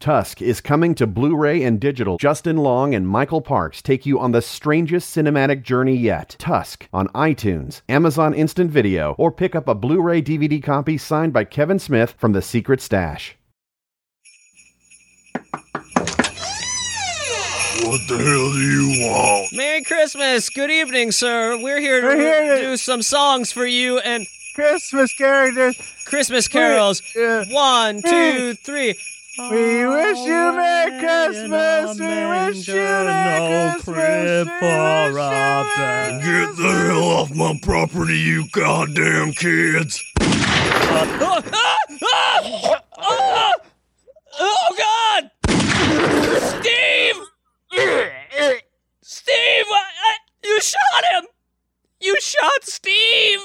Tusk is coming to Blu ray and digital. Justin Long and Michael Parks take you on the strangest cinematic journey yet. Tusk on iTunes, Amazon Instant Video, or pick up a Blu ray DVD copy signed by Kevin Smith from The Secret Stash. What the hell do you want? Merry Christmas. Good evening, sir. We're here to We're here to- do some songs for you and Christmas characters. Christmas carols. Uh, One, two, three. We wish you Merry Christmas. We wish you Merry Christmas. We wish you Merry Get the hell off my property, you goddamn kids! Ah! Ah! Ah! Oh God! Steve! Steve! I, I, you shot him! You shot Steve!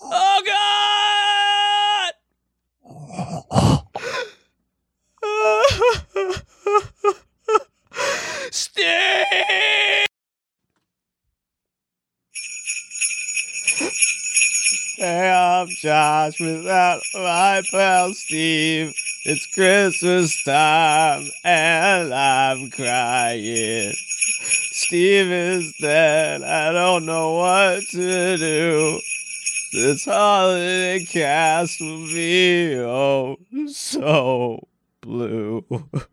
Oh God! Steve! Hey, I'm Josh without my pal Steve. It's Christmas time and I'm crying. Steve is dead. I don't know what to do. This holiday cast will be oh so blue.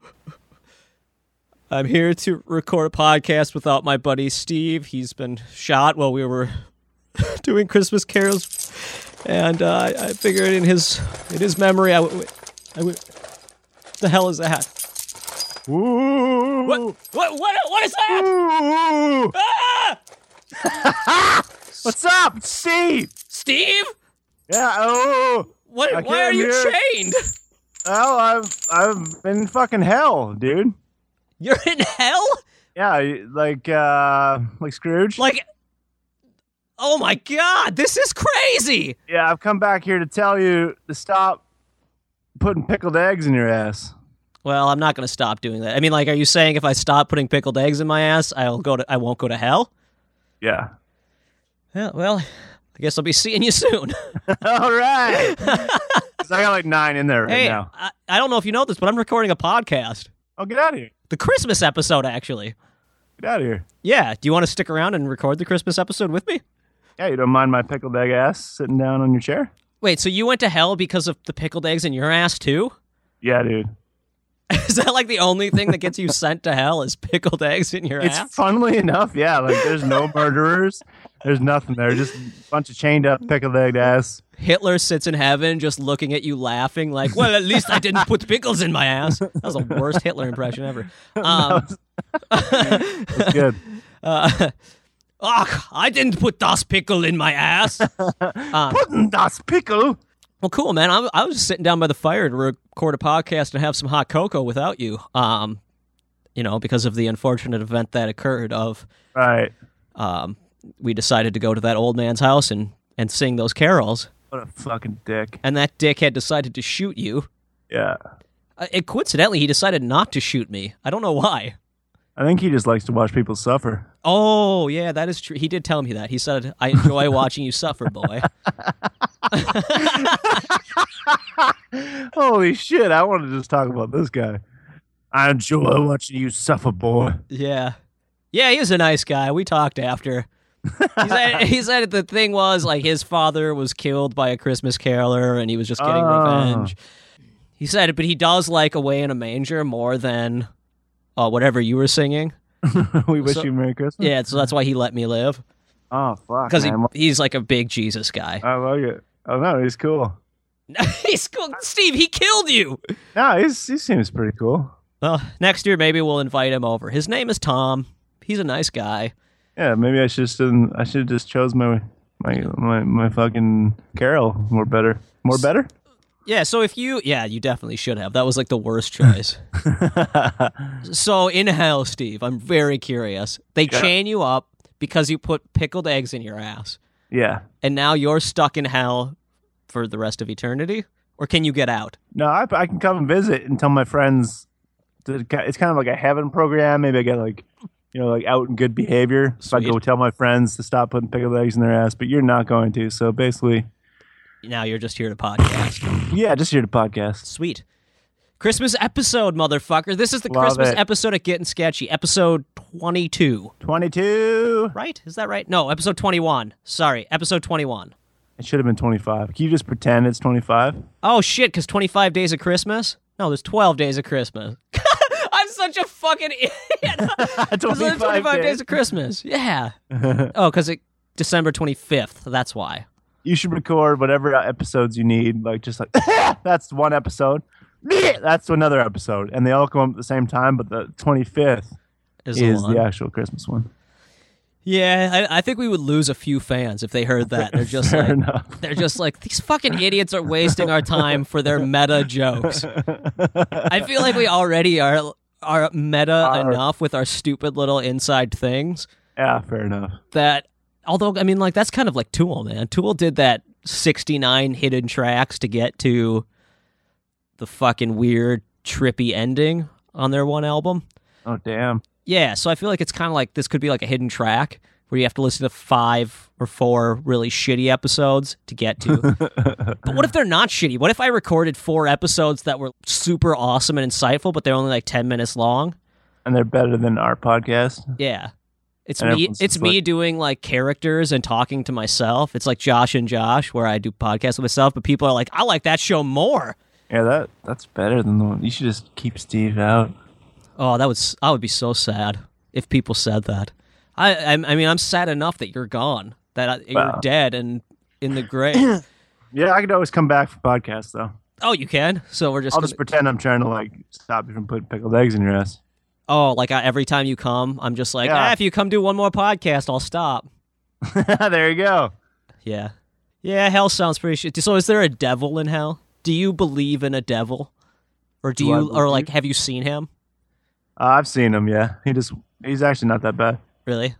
I'm here to record a podcast without my buddy Steve. He's been shot while we were doing Christmas carols, and uh, I- I figured in his in his memory, I would. I would the hell is that? What? What? What? What is that? Ah! What's up, Steve? Steve? Yeah. Oh. I What? Why can't are you hear. chained? Well, I've I've been fucking hell, dude. You're in hell? Yeah, you- like uh like Scrooge. Like, oh my god, this is crazy. yeah, I've come back here to tell you to stop putting pickled eggs in your ass. Well, I'm not going to stop doing that. I mean, like, are you saying if I stop putting pickled eggs in my ass, I'll go to, I won't go to hell? Yeah. Yeah, well, I guess I'll be seeing you soon. All right. 'Cause I got like nine in there right hey, now. I, I don't know if you know this, but I'm recording a podcast, Oh, get out of here! the Christmas episode, actually. Get out of here! Yeah, do you want to stick around and record the Christmas episode with me? Yeah, you don't mind my pickled egg ass sitting down on your chair? Wait, so you went to hell because of the pickled eggs in your ass too? Yeah, dude. Is that like the only thing that gets you sent to hell is pickled eggs in your It's ass? funnily enough, yeah. Like there's no murderers. There's nothing there. Just a bunch of chained up pickled egg ass. Hitler sits in heaven just looking at you laughing like, well, at least I didn't put pickles in my ass. That was the worst Hitler impression ever. Um, It's good. uh, "Ach, I didn't put das pickle in my ass. Um, Putting das pickle. well, cool, man. I, I was just sitting down by the fire to record a podcast and have some hot cocoa without you, um, you know, because of the unfortunate event that occurred of Right. um, we decided to go to that old man's house and, and sing those carols, What a fucking dick. and that dick had decided to shoot you. Yeah. Uh, it, coincidentally, he decided not to shoot me. I don't know why. I think he just likes to watch people suffer. Oh, yeah, that is true. He did tell me that. He said, I enjoy watching you suffer, boy. Holy shit, I want to just talk about this guy. I enjoy watching you suffer, boy. Yeah. Yeah, he was a nice guy. We talked after. he, said, he said the thing was like his father was killed by a Christmas caroler and he was just getting Oh. revenge. He said it, but he does like Away in a Manger more than uh, whatever you were singing. we wish So- you Merry Christmas. Yeah, so that's why he let me live Oh, fuck. because he, man. he's like a big Jesus guy. I like it. Oh, no, he's cool. he's cool. Steve, he killed you. No, he's, he seems pretty cool. Well, next year maybe we'll invite him over. His name is Tom. He's a nice guy. Yeah, maybe I should just didn't, I should have just chose my my my my fucking Carol more better. More better? Yeah, so if you, yeah, you definitely should have. That was like the worst choice. so in hell, Steve, I'm very curious. They chain you up because you put pickled eggs in your ass, yeah. and now you're stuck in hell for the rest of eternity. Or can you get out? No, I, I can come and visit and tell my friends. that it ki- It's kind of like a heaven program. Maybe I get like, you know, like out in good behavior. So I Sweet. go tell my friends to stop putting pickled eggs in their ass, but you're not going to. So basically, Now you're just here to podcast. yeah, just here to podcast. Sweet. Christmas episode, motherfucker. This is the Love Christmas it. episode of Getting Sketchy, episode 22. 22. Right? Is that right? No, episode 21. Sorry, episode 21. It should have been 25. Can you just pretend it's 25? Oh shit, because 25 days of Christmas? No, there's 12 days of Christmas. I'm such a fucking idiot. There's only 25 days of Christmas. Yeah. oh, because it December 25th. That's why. You should record whatever episodes you need. Like, just like, that's one episode. that's another episode. And they all come up at the same time, but the 25th Is, the is one. the actual Christmas one. Yeah, I, I think we would lose a few fans if they heard that. They're just Fair like, enough. they're just like these fucking idiots are wasting our time for their meta jokes. I feel like we already are are meta Are- enough with our stupid little inside things Yeah, fair enough. that although I mean like that's kind of like Tool, man. Tool did that 69 hidden tracks to get to the fucking weird trippy ending on their one album. Oh, damn. Yeah, so I feel like it's kind of like this could be like a hidden track where you have to listen to five or four really shitty episodes to get to. but what if they're not shitty? What if I recorded four episodes that were super awesome and insightful, but they're only like 10 minutes long? And they're better than our podcast. Yeah. It's And me everyone's it's just me like- doing like characters and talking to myself. It's like Josh and Josh where I do podcasts with myself, but people are like, "I like that show more." Yeah, that that's better than the one. You should just keep Steve out. Oh, that would s- I would be so sad if people said that. I I, I mean I'm sad enough that you're gone, that I, you're Wow. dead and in the grave. Yeah, I could always come back for podcasts though. oh, you can. So we're just, I'll gonna, just pretend I'm trying to like stop you from putting pickled eggs in your ass. oh like I, every time you come, I'm just like Yeah. ah, if you come do one more podcast, I'll stop. there you go. Yeah, yeah. Hell sounds pretty shit. So is there a devil in hell? Do you believe in a devil, or do, Do I you or believe- like have you seen him? Uh, I've seen him. Yeah, he just he's actually not that bad. Really?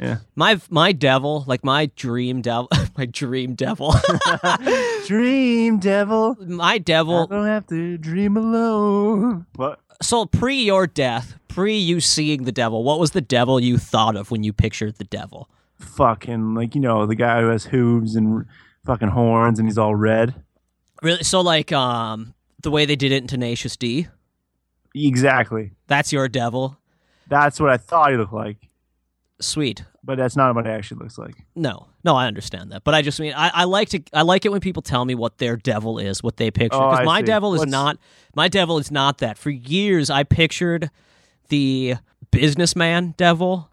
Yeah. My my devil, like my dream devil, my dream devil, Dream devil. my devil. I don't have to dream alone. What? so pre your death, pre you seeing the devil, what was the devil you thought of when you pictured the devil? Fucking like you know the guy who has hooves and fucking horns and he's all red. Really? So like um the way they did it in Tenacious D, Exactly. that's your devil. That's what I thought he looked like, Sweet. but that's not what he actually looks like. No, no, I understand that, but I just mean I, I like to I like it when people tell me what their devil is, what they picture. Oh, Because I my see. devil is What's- not my devil is not that. For years, I pictured the businessman devil,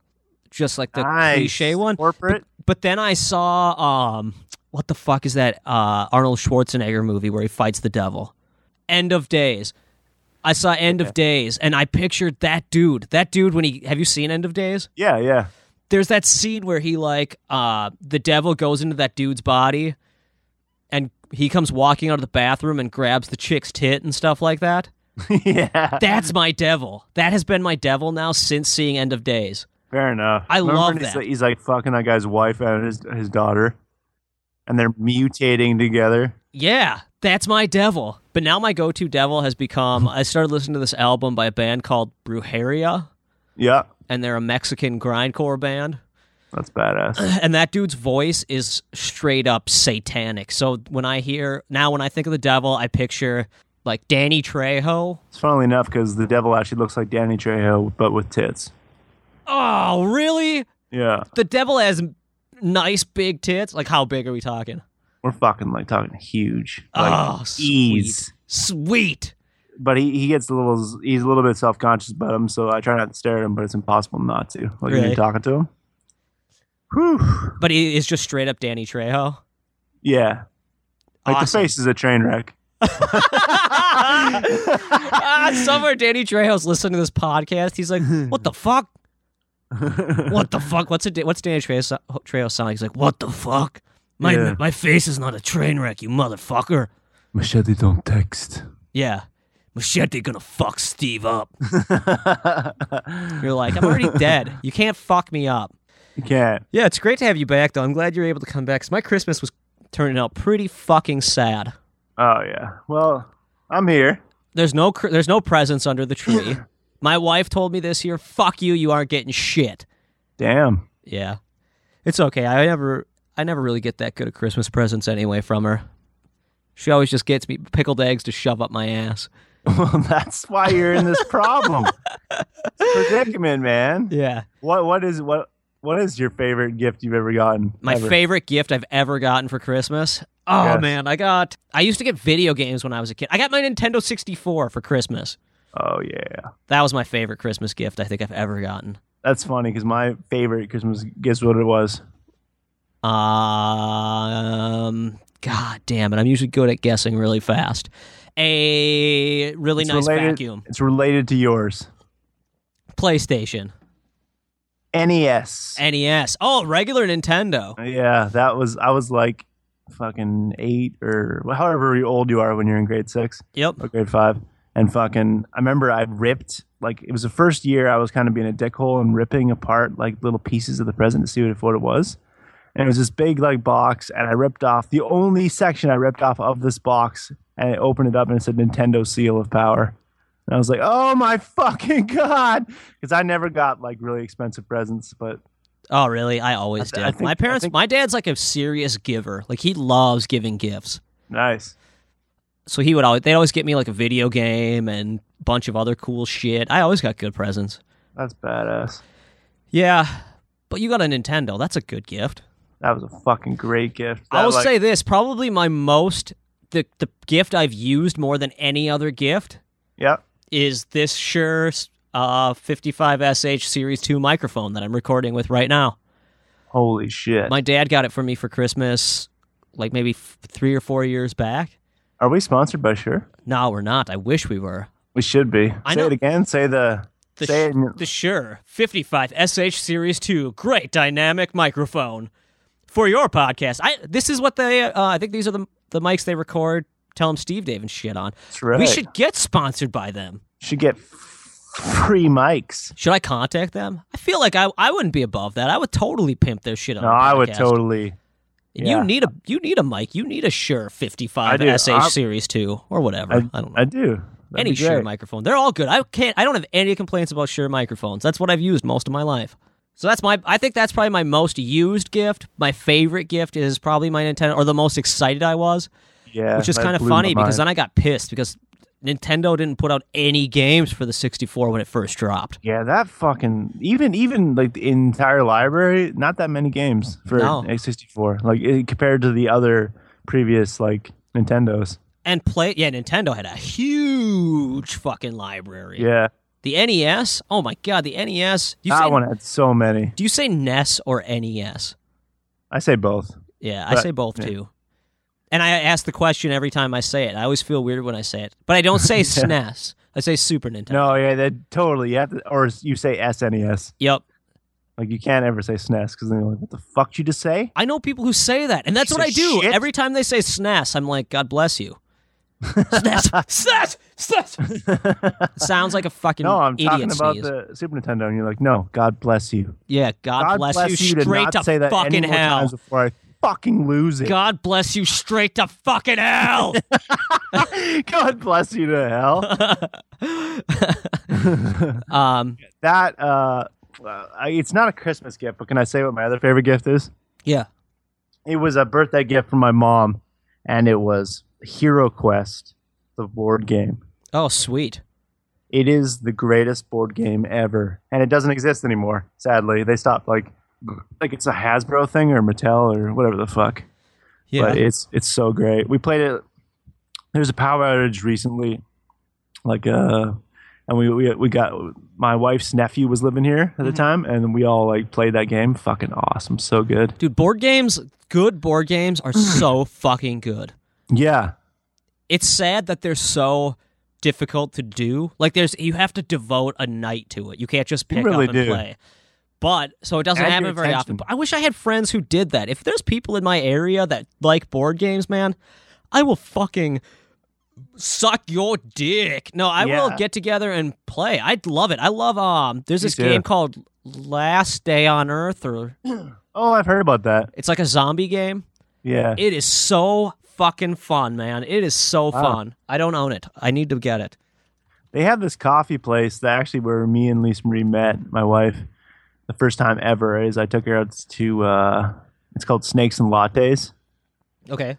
just like the Nice. cliche one. Corporate. But then I saw um what the fuck is that uh Arnold Schwarzenegger movie where he fights the devil? End of Days. I saw End of Days and I pictured that dude. That dude when he have you seen End of Days? Yeah, yeah. There's that scene where he like uh the devil goes into that dude's body and he comes walking out of the bathroom and grabs the chick's tit and stuff like that. yeah. That's my devil. That has been my devil now since seeing End of Days. Fair enough. I Remember love when he's that. Like, he's like fucking that guy's wife and his his daughter, and they're mutating together. Yeah, that's my devil. But now my go-to devil has become I started listening to this album by a band called Brujeria, Yeah, and they're a Mexican grindcore band. that's badass. And that dude's voice is straight up satanic. So when I hear now when I think of the devil, I picture like Danny Trejo. it's funnily enough because the devil actually looks like Danny Trejo, but with tits. Oh, really? Yeah, The devil has nice big tits. Like how big are we talking? we're fucking like talking huge, like oh, sweet. ease. Sweet. But he, he gets a little he's a little bit self conscious about him, so I try not to stare at him, but it's impossible not to. Like when Right. you're talking to him. Whew. But he is just straight up Danny Trejo. Yeah. Like Awesome. the face is a train wreck. ah, somewhere Danny Trejo's listening to this podcast. He's like, "What the fuck? What the fuck? What's a what's Danny Trejo, so- Trejo sound like?" He's like, "What the fuck? My Yeah. my face is not a train wreck, you motherfucker." Machete don't text. Yeah, machete gonna fuck Steve up. You're like, I'm already dead. You can't fuck me up. You can't. Yeah, it's great to have you back though. I'm glad you're able to come back. Cause my Christmas was turning out pretty fucking sad. Oh yeah. Well, I'm here. There's no cr- there's no presents under the tree. my wife told me this year, "Fuck you, you aren't getting shit." Damn. Yeah. It's okay. I never I never really get that good at Christmas presents anyway from her. She always just gets me pickled eggs to shove up my ass. Well, that's why you're in this problem It's a predicament, man. Yeah. What what is what what is your favorite gift you've ever gotten? My Ever? favorite gift I've ever gotten for Christmas. Oh Yes. man, I got I used to get video games when I was a kid. I got my Nintendo 64 for Christmas. Oh yeah, That was my favorite Christmas gift I think I've ever gotten. that's funny because my favorite Christmas guess what it was? Um God damn it. I'm usually good at guessing really fast. A really It's nice related- vacuum. It's related to yours. PlayStation. E NES. NES. Oh, regular Nintendo. yeah, that was I was like fucking eight or however old you are when you're in grade six. Yep. or grade five. And fucking, I remember I ripped like it was the first year I was kind of being a dickhole and ripping apart like little pieces of the present to see what, what it was. And it was this big like box, and I ripped off the only section I ripped off of this box, and I opened it up and it said Nintendo Seal of Power. And I was like, oh my fucking god, because I never got like really expensive presents, but Oh, really? I always I did. th- I think- my I parents, think- my dad's like a serious giver. Like he loves giving gifts. nice. So he would always they'd always get me like a video game and a bunch of other cool shit. I always got good presents. That's badass. Yeah. But you got a Nintendo. That's a good gift. That was a fucking great gift. I That, will like- say this, probably my most the the gift I've used more than any other gift yeah, is this Shure uh 55SH Series 2 microphone that I'm recording with right now. holy shit. My dad got it for me for Christmas like maybe f- 3 or 4 years back. Are we sponsored by Sure? No, we're not. I wish we were. We should be. I say know- it again. Say the. The, say sh- it. in- the Shure 55 SH Series 2 great dynamic microphone for your podcast. I this is what they uh, I think these are the the mics they record. Tell them Steve Dave and shit on. That's right. We should get sponsored by them. should get free mics. Should I contact them? I feel like I, I wouldn't be above that. I would totally pimp their shit on. No, the I would podcast. totally. And yeah. You need a you need a mic. You need a Shure I 55 do. SH I- Series 2 or whatever. I, don't know. I do. That'd any be Shure great. microphone. They're all good. I can't. I don't have any complaints about Shure microphones. That's what I've used most of my life. So that's my. I think that's probably my most used gift. My favorite gift is probably my Nintendo, or the most excited I was, Yeah, which is that kind of blew my funny because mind. then I got pissed because Nintendo didn't put out any games for the 64 when it first dropped. yeah, that fucking even even like the entire library, not that many games for No. X64. Like it, compared to the other previous like Nintendos. And play, yeah, Nintendo had a huge fucking library. Yeah, The NES, oh my god, the NES. Do you that say, one had so many. Do you say NES or E NES? I say both. Yeah, I But- say both yeah. too. And I ask the question every time I say it. I always feel weird when I say it, but I don't say SNES. I say Super Nintendo. No, yeah, that totally. You have to, or you say SNES. Yep. Like you can't ever say SNES because then you're like, what the fuck did you just say? I know people who say that, and that's what I Piece of do. shit. Every time they say SNES, I'm like, God bless you. E SNES, SNES, SNES. It E sounds like a fucking No, I'm idiot talking about sneeze. the Super Nintendo, and you're like, no, God bless you. yeah, God, bless, you to straight not to, say that any fucking more hell. times before I fucking lose it. God, God bless you straight to fucking hell. bless you to hell. um, that uh, uh, I, it's not a Christmas gift, but can I say what my other favorite gift is? yeah. It was a birthday gift from my mom, and it was Hero Quest, the board game. Oh, sweet. It is the greatest board game ever, and it doesn't exist anymore. Sadly, they stopped like like it's a Hasbro thing or Mattel or whatever the fuck. Yeah. But it's it's so great. We played it. There's a power outage recently, like uh, and we we we got my wife's nephew was living here Mm-hmm. at the time, and we all like played that game. Fucking awesome, so good. Dude, board games, good board games are Mm. so fucking good. Yeah, It's sad that they're so difficult to do. Like there's you have to devote a night to it. You can't just pick really up and do. play. But so it doesn't Add your happen very often. attention. But I wish I had friends who did that. If there's people in my area that like board games, man, I will fucking suck your dick. No, I will Yeah. get together and play. I'd love it. I love um there's Me this too. game called Last Day on Earth or oh, I've heard about that. it's like a zombie game. Yeah, It is so fucking fun, man. It is so Wow. fun. I don't own it. I need to get it. they have this coffee place that actually where me and Lisa Marie met, my wife, the first time ever. Is I took her out to uh, it's called Snakes and Lattes. Okay.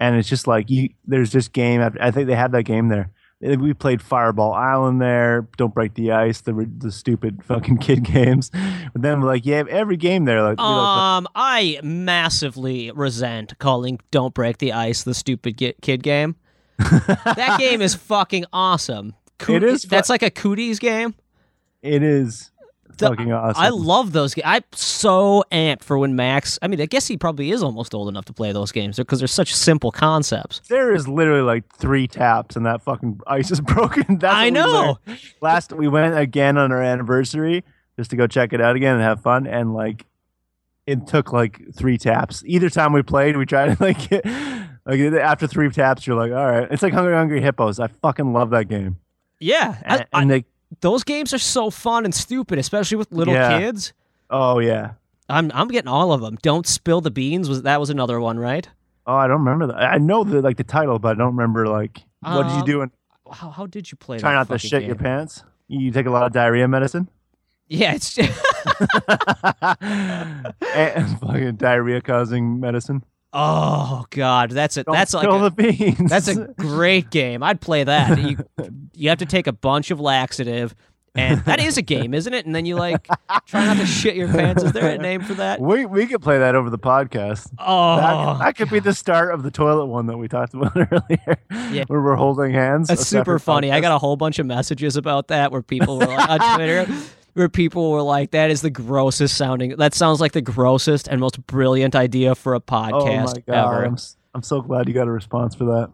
and it's just like you there's just game after i think they have that game there Like, We played Fireball Island there, Don't Break the Ice, the ri- the stupid fucking kid games. But then we're like, yeah, every game there, like, we like Um, I massively resent calling "Don't Break the Ice" the stupid ki- kid game. that game is fucking awesome. Coo- It is fu- That's like a cooties game. it is The- fucking awesome. I love those. ga- I'm so amped for when Max. I mean, I guess he probably is almost old enough to play those games because they're such simple concepts. There is literally like three taps and that fucking ice is broken. That's I what we know. learned. Last we went again on our anniversary just to go check it out again and have fun and like it took like three taps. Either time we played, we tried to like get, like after three taps you're like, "All right, it's like Hungry Hungry Hippos. I fucking love that game." Yeah, I- And, I- and they those games are so fun and stupid, especially with little Yeah. kids. Oh yeah. I'm I'm getting all of them. Don't spill the beans. Was that was another one, right? Oh, I don't remember that. I I know the like the title, but I don't remember like what did Um, you do and How, how did you play? try that not to fucking shit game? your pants? You take a lot of diarrhea medicine? Yeah, it's and fucking diarrhea causing medicine. Oh God, that's a Don't that's like spill a, the beans. that's a great game. I'd play that. You, you have to take a bunch of laxative, and that is a game, isn't it? And then you like try not to shit your pants. Is there a name for that? we we could play that over the podcast. Oh, That, that could be the start of the toilet one that we talked about earlier, Yeah. where we're holding hands. that's a super separate funny. I podcast. got a whole bunch of messages about that where people were like on Twitter. Where people were like, "That is the grossest sounding. That sounds like the grossest and most brilliant idea for a Oh podcast my god! ever." I'm, s- I'm so glad you got a response for that.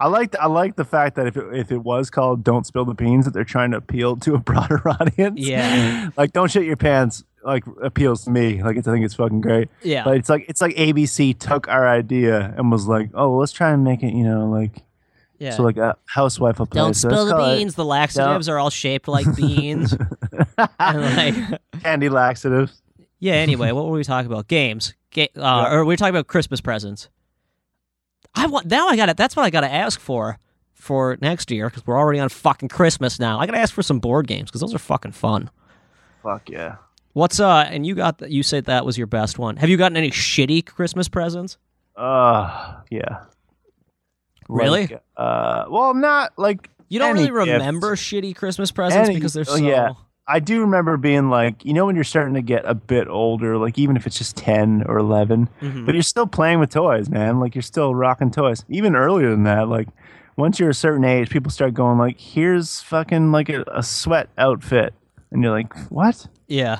I liked I like the fact that if it, if it was called "Don't Spill the Beans," that they're trying to appeal to a broader audience. Yeah. like "Don't Shit Your Pants" like appeals to me. Like it's, I think it's fucking great. Yeah, But it's like it's like ABC took our idea and was like, oh, let's try and make it, you know, like yeah. so like a housewife applies. Don't so spill let's the call it beans. The laxatives are all shaped like beans. and like, Candy laxatives. yeah. Anyway, what were we talking about? Games. Ga- uh, Or we were talking about Christmas presents. I want now. I got it. That's what I got to ask for for next year because we're already on fucking Christmas now. I got to ask for some board games because those are fucking fun. Fuck yeah. What's uh? And you got that? You said that was your best one. Have you gotten any shitty Christmas presents? Uh yeah. Really? Like, uh well not like You don't any really gift. remember shitty Christmas presents Any- because they're so. oh, yeah. I do remember being like, you know when you're starting to get a bit older, like even if it's just ten or 11 Mhm. but you're still playing with toys, man. Like you're still rocking toys. Even earlier than that, like once you're a certain age, people start going like, "Here's fucking like a, a sweat outfit," and you're like, "What? yeah.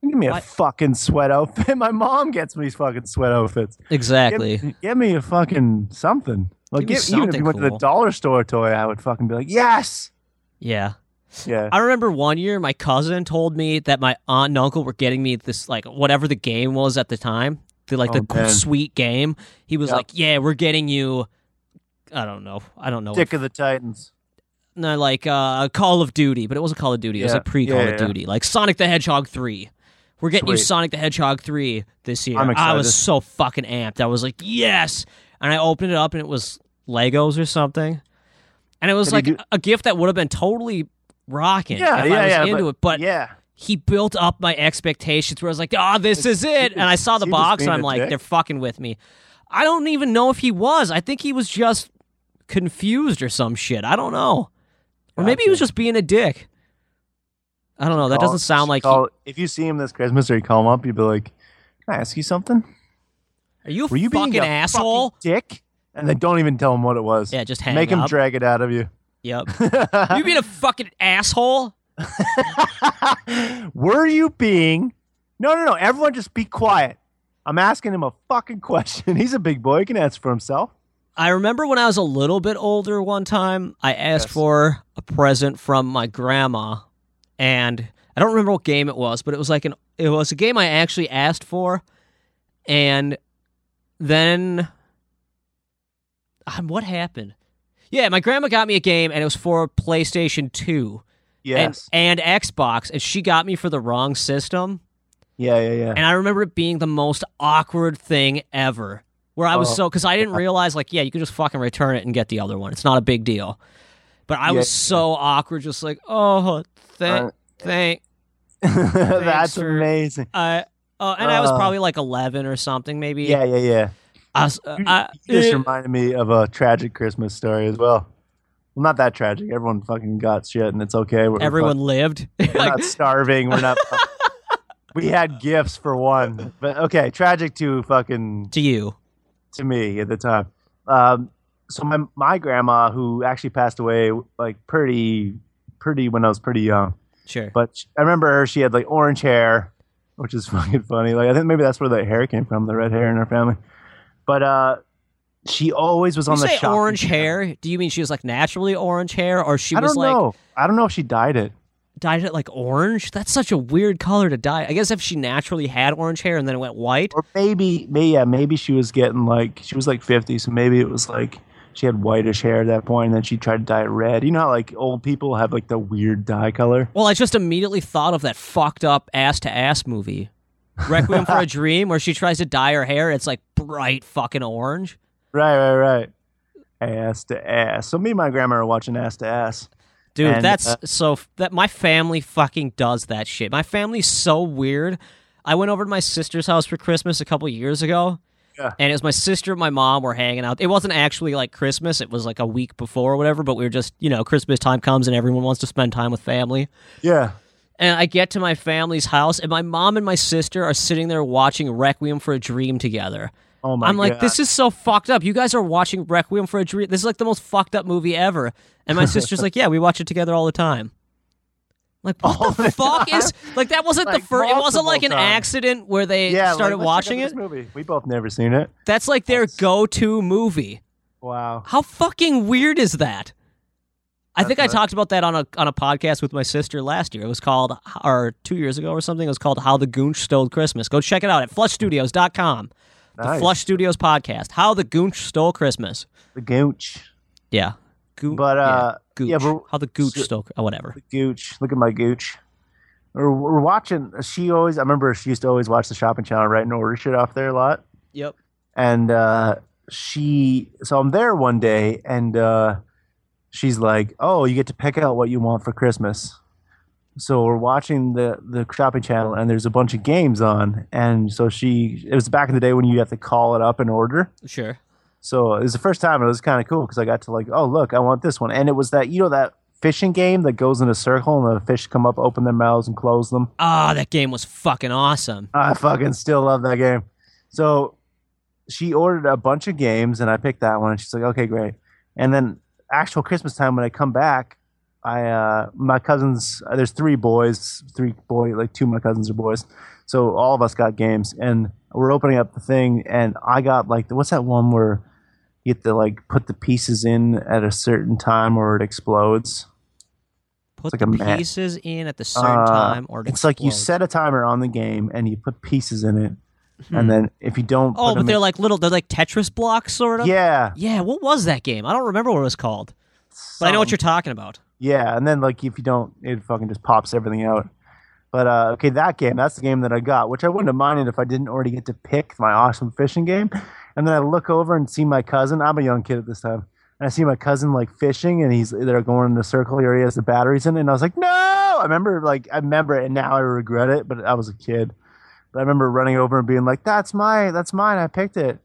Give me a What? fucking sweat outfit." My mom gets me fucking sweat outfits. Give, Exactly. give me a fucking something. Like Give me give- even if something you went to the cool. dollar store toy, I would fucking be like, "Yes, yeah. yeah." I remember one year my cousin told me that my aunt and uncle were getting me this like whatever the game was at the time, the like the Oh, cool, man. sweet game. He was Yep. like, "Yeah, we're getting you." I don't know. I don't know. Dick of the Titans. No, like uh, Call of Duty, but it wasn't Call of Duty. It was Yeah. like pre Call Yeah, of yeah. Duty, like Sonic the Hedgehog three. We're getting you Sweet. Sonic the Hedgehog three this year. I'm I was excited. so fucking amped. I was like, yes. And I opened it up, and it was Legos or something. And it was Did he like do- a gift that would have been totally rocking Yeah, if yeah, I was yeah, into but- it, but yeah, he built up my expectations where I was like, oh, this is it. And I saw the he was box and being I'm a like, dick. they're fucking with me. I don't even know if he was. I think he was just confused or some shit. I don't know. Or maybe he was just being a dick. I don't know. That Call- doesn't sound like. he- call- if you see him this Christmas or you call him up, you'd be like, "Can I ask you something?" are you, Were you fucking being a asshole? fucking dick? And then don't even tell him what it was. Yeah, just hang Make him up. drag it out of you. Yep. you being a fucking asshole? Were you being? No, no, no. Everyone, just be quiet. I'm asking him a fucking question. He's a big boy. He can answer for himself. I remember when I was a little bit older one time, I asked Yes. for a present from my grandma and I don't remember what game it was, but it was like an it was a game I actually asked for and then um, what happened? Yeah, my grandma got me a game and it was for PlayStation 2 Yes. and, and Xbox and she got me for the wrong system. yeah, yeah, yeah. And I remember it being the most awkward thing ever. Where I was Oh, so because I didn't realize like yeah you could just fucking return it and get the other one. It's not a big deal. But I Yeah. was so awkward, just like oh thank Uh, thank That's for- amazing. I. Oh, and I was Uh, probably like eleven or something, maybe. Yeah, yeah, yeah. I was, uh, I, You just eh, reminded me of a tragic Christmas story as well. Well, not that tragic. Everyone fucking got shit, and it's okay. We're, Everyone lived. we're not starving. We're not. we had gifts for one, but okay, tragic to fucking to you. to me at the time. Um, so my my grandma, who actually passed away like pretty pretty when I was pretty young, Sure. but sh I remember her. She had like orange hair, which is fucking funny. Like I think maybe that's where the hair came from, the red hair in her family. But uh, she always was you on the say shopping orange trip. hair? Do you mean she was like naturally orange hair, or she I was don't like know. I don't know if she dyed it. dyed it like orange? That's such a weird color to dye. I guess if she naturally had orange hair and then it went white. or maybe, maybe yeah, maybe she was getting like she was like fifty, so maybe it was like she had whitish hair at that point, and then she tried to dye it red. You know how like old people have like the weird dye color. Well, I just immediately thought of that fucked up ass to ass movie, Requiem for a Dream, where she tries to dye her hair. It's like bright fucking orange. Right, right, right. Ass to ass. So me and my grandma are watching ass to ass. Dude, And, that's uh, so f- that my family fucking does that shit. My family's so weird. I went over to my sister's house for Christmas a couple years ago. Yeah. And it was my sister and my mom were hanging out. It wasn't actually like Christmas. It was like a week before or whatever, but we were just, you know, Christmas time comes and everyone wants to spend time with family. Yeah. And I get to my family's house and my mom and my sister are sitting there watching Requiem for a Dream together. Oh my I'm like, God. this is so fucked up. You guys are watching Requiem for a Dream. This is like the most fucked up movie ever. And my sister's like, yeah, we watch it together all the time. I'm Like what the, the fuck is like that wasn't Like, the first. It multiple wasn't like an times. accident where they yeah. like, started let's check out watching this it. Movie. We both never seen it. That's like their That's- go-to movie. Wow. How fucking weird is that? I think I That's- talked about that on a on a podcast with my sister last year. It was called or 2 years ago or something. It was called How the Goonch Stole Christmas. Go check it out at flushstudios.com. The Nice. Flush Studios podcast. How the Goonch Stole Christmas. The gooch. Yeah. Goo- But, uh, yeah, Gooch. yeah, but- how the Gooch so- stole oh, whatever. The gooch. Look at my gooch. We're, we're watching. She always. I remember she used to always watch the shopping channel, right, and order shit off there a lot. Yep. and uh, she so i'm there one day and uh, she's like oh you get to pick out what you want for christmas so we're watching the the shopping channel and there's a bunch of games on and so she it was back in the day when you have to call it up and order Sure. so it was the first time and it was kind of cool because i got to like oh look i want this one and it was that you know that fishing game that goes in a circle and the fish come up open their mouths and close them Ah, that game was fucking awesome. I fucking still love that game. So she ordered a bunch of games and I picked that one and she's like, okay, great. And then actual Christmas time when I come back, I uh my cousins uh, there's three boys, three boy like two of my cousins are boys. So all of us got games and we're opening up the thing and I got like what's that one where you have to like put the pieces in at a certain time or it explodes. Put like the a ma- pieces in at the certain Uh, time or it It's like you explodes. set a timer on the game and you put pieces in it. And then if you don't Oh, put but them they're in- like little they're like Tetris blocks sort of. Yeah. Yeah, what was that game? I don't remember what it was called. But I know what you're talking about. Yeah, and then like if you don't, it fucking just pops everything out. But uh, okay, that game, that's the game that I got, which I wouldn't have minded if I didn't already get to pick my awesome fishing game. And then I look over and see my cousin. I'm a young kid at this time. And I see my cousin like fishing and he's they're going in a circle. He already has the batteries in it. And I was like, no! I remember like I remember it and now I regret it, but I was a kid. But I remember running over and being like, That's my that's mine, I picked it.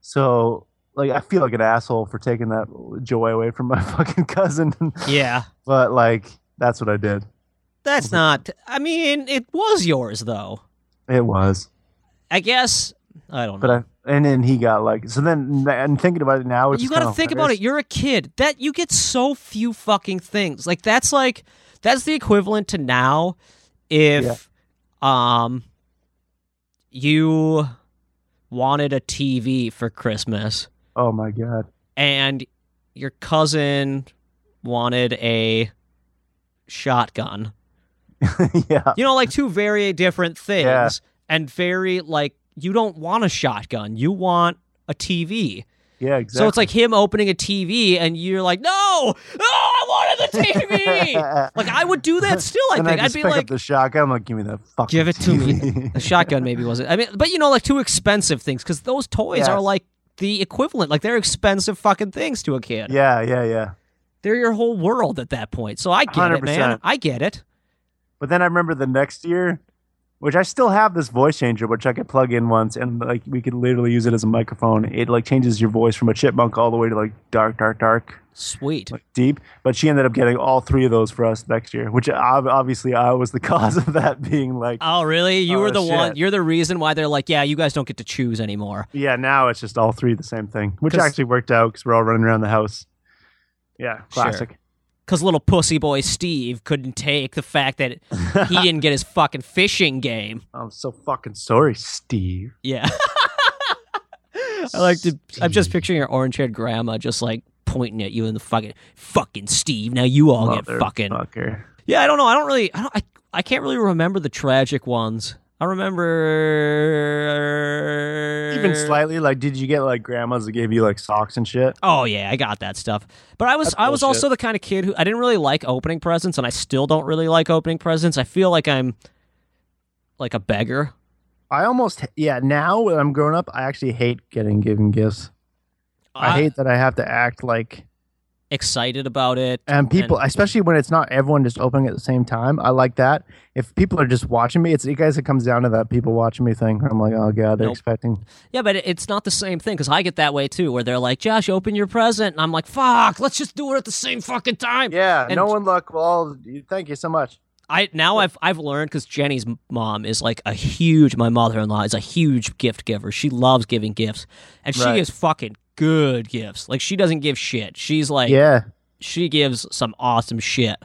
So like I feel like an asshole for taking that joy away from my fucking cousin. Yeah. but like that's what I did. That's not I mean, it was yours though. It was, I guess I don't know. but I and then he got like so. Then and thinking about it now, it's you got to think about it. You're a kid. That you get so few fucking things. Like that's like that's the equivalent to now if um you wanted a TV for Christmas Oh my god! and your cousin wanted a shotgun. yeah, You know, like two very different things Yeah. and very like you don't want a shotgun. You want a TV. yeah, exactly. So it's like him opening a TV, and you're like, "No, no, I wanted the TV." like I would do that still. I and think I I would just be pick like, up the shotgun. I'm like, give me that fucking. "Give it to me." TV." A shotgun maybe wasn't. I mean, but you know, like two expensive things because those toys Yeah. are like the equivalent. Like they're expensive fucking things to a kid. yeah, yeah, yeah. They're your whole world at that point. So I get it, man. 100%. I get it. But then I remember the next year which I still have this voice changer, which I could plug in once, and like we could literally use it as a microphone. It like changes your voice from a chipmunk all the way to like dark, dark, dark, Sweet. like deep. But she ended up getting all three of those for us next year, which ob- obviously I was the cause of that being like, Oh, really? You were Oh, the one. shit. You're the reason why they're like, yeah, you guys don't get to choose anymore. yeah, now it's just all three the same thing, which 'Cause- actually worked out because we're all running around the house. Yeah, classic. Because little pussy boy Steve couldn't take the fact that he didn't get his fucking fishing game. I'm so fucking sorry, Steve. Yeah. I like to. I'm just picturing your orange haired grandma just like pointing at you in the fucking fucking Steve. Now you all get fucking. Motherfucker. Yeah, I don't know. I don't really. I, don't, I I can't really remember the tragic ones. I remember Even slightly, like, did you get like grandmas that gave you like socks and shit? Oh yeah, I got that stuff. But I was I was also the kind of kid who I didn't really like opening presents, and I still don't really like opening presents. I feel like I'm like a beggar. I almost yeah. Now when I'm grown up, I actually hate getting given gifts. I, I'm hate that I have to act like excited about it. and people, especially when it's not everyone just opening at the same time. I like that. If people are just watching me, it's it guys. It comes down to that people watching me thing. I'm like, oh god, they're Nope. expecting. yeah, but it- it's not the same thing because I get that way too, where they're like, "Josh, open your present," and I'm like, "Fuck, let's just do it at the same fucking time." Yeah, no one look. Well, thank you so much. I now I've I've learned because Jenny's m- mom is like a huge. My mother-in-law is a huge gift giver. She loves giving gifts, and she Right. gives fucking good gifts. Like she doesn't give shit. She's like, Yeah, she gives some awesome shit.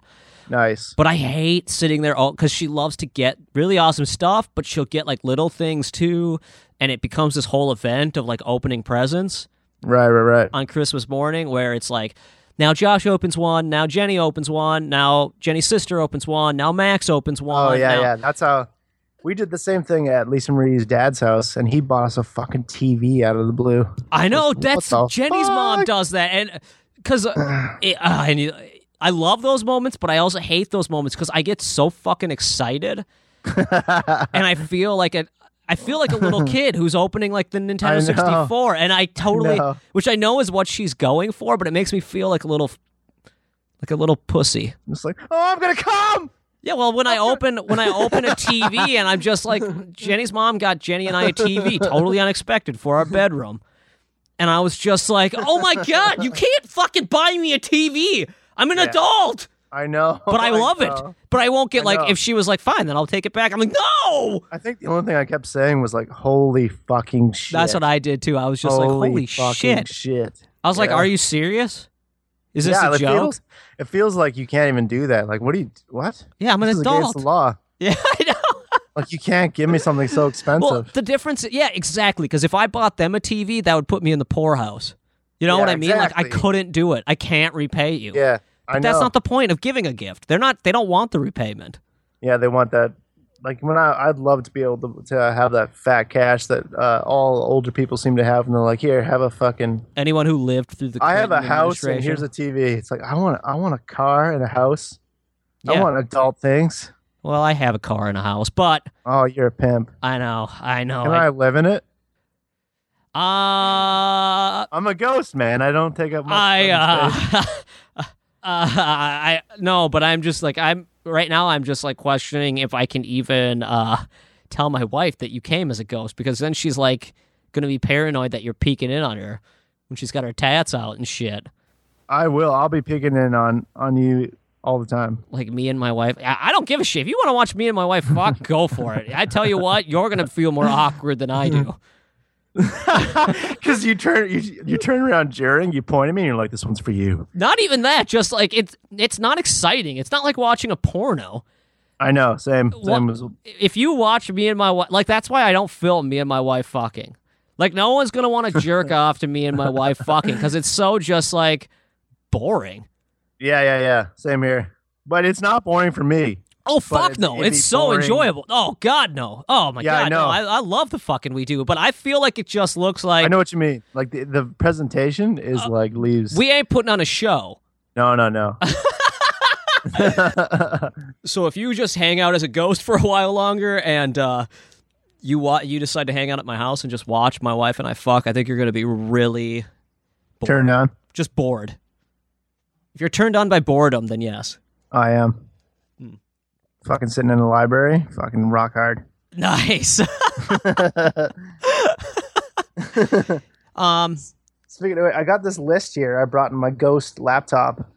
nice. But I hate sitting there all because she loves to get really awesome stuff, but she'll get like little things too, and it becomes this whole event of like opening presents Right, right, right. on Christmas morning where it's like. Now Josh opens one. Now Jenny opens one. Now Jenny's sister opens one. Now Max opens Oh one. yeah, now- yeah. That's how we did the same thing at Lisa Marie's dad's house, and he bought us a fucking TV out of the blue. I know What that's the Jenny's mom fuck? does that, and because uh, it- uh, and you- I love those moments, but I also hate those moments because I get so fucking excited, and I feel like a. I feel like a little kid who's opening like the Nintendo know. 64 and I totally know. which I know is what she's going for but it makes me feel like a little like a little pussy. It's like, oh, I'm gonna come. Yeah, well, when I open when I open a TV and I'm just like Jenny's mom got Jenny and I a TV totally unexpected for our bedroom. And I was just like, "Oh my god, you can't fucking buy me a TV. I'm an adult." I know, But I love it. know. But I won't get Oh I like know. if she was like, "Fine, then I'll take it back." I'm like, "No!" I think the only thing I kept saying was like, "Holy fucking shit!" That's what I did too. I was just like, "Holy fucking shit." shit!" I was like, Yeah. "Are you serious? Is this yeah, a it joke?" feels it feels like you can't even do that. Like, what do you? What? yeah, I'm an this is against the adult. law. Yeah, I know. Like, you can't give me something so expensive. Well, the difference, yeah, exactly. Because if I bought them a TV, that would put me in the poorhouse. You know Yeah, what I mean? Like I exactly. couldn't do it. I can't repay you. yeah, I know. but that's not the point of giving a gift. They're not. They don't want the repayment. yeah, they want that. Like when I, I'd love to be able to, to have that fat cash that uh, all older people seem to have, and they're like, "Here, have a fucking." Anyone who lived through the I have a Clinton house, and here's administration- a TV. It's like I want, I want a car and a house. Yeah. I want adult things. Well, I have a car and a house, but Oh, you're a pimp. I know, Oh, I know. Can I live in it? I, uh, I'm a ghost, man. I don't take up much. I, fucking space. uh, uh, I, no, but I'm just like I'm right now. I'm just like questioning if I can even uh, tell my wife that you came as a ghost because then she's like gonna be paranoid that you're peeking in on her when she's got her tats out and shit. I will. I'll be picking in on on you all the time. Like me and my wife, I, I don't give a shit. If you want to watch me and my wife fuck, go for it. I tell you what, you're gonna feel more awkward than I do. Because you turn you, you turn around during, you point at me, and you're like, "This one's for you." Not even that. Just like it's it's not exciting. It's not like watching a porno. I know. Same. Same. What- As, if you watch me and my wife, like that's why I don't film me and my wife fucking. Like no one's gonna want to jerk off to me and my wife fucking because it's so just like boring. yeah, yeah, yeah. Same here. But it's not boring for me. Oh fuck it's- no! it'd It's be so boring. enjoyable. Oh god no! Oh my Yeah, I god know. no! I, I love the fucking we do, but I feel like it just looks like Uh, I know what you mean. Like the, the presentation is like leaves. we ain't putting on a show. no, no, no. So if you just hang out as a ghost for a while longer and uh, you wa- you decide to hang out at my house and just watch my wife and I fuck, I think you're gonna be really Turn down. just bored. If you're turned on by boredom, then yes. Hmm. I am. Fucking sitting in the library. Fucking rock hard. Nice. um, Speaking of which, I got this list here. I brought in my ghost laptop.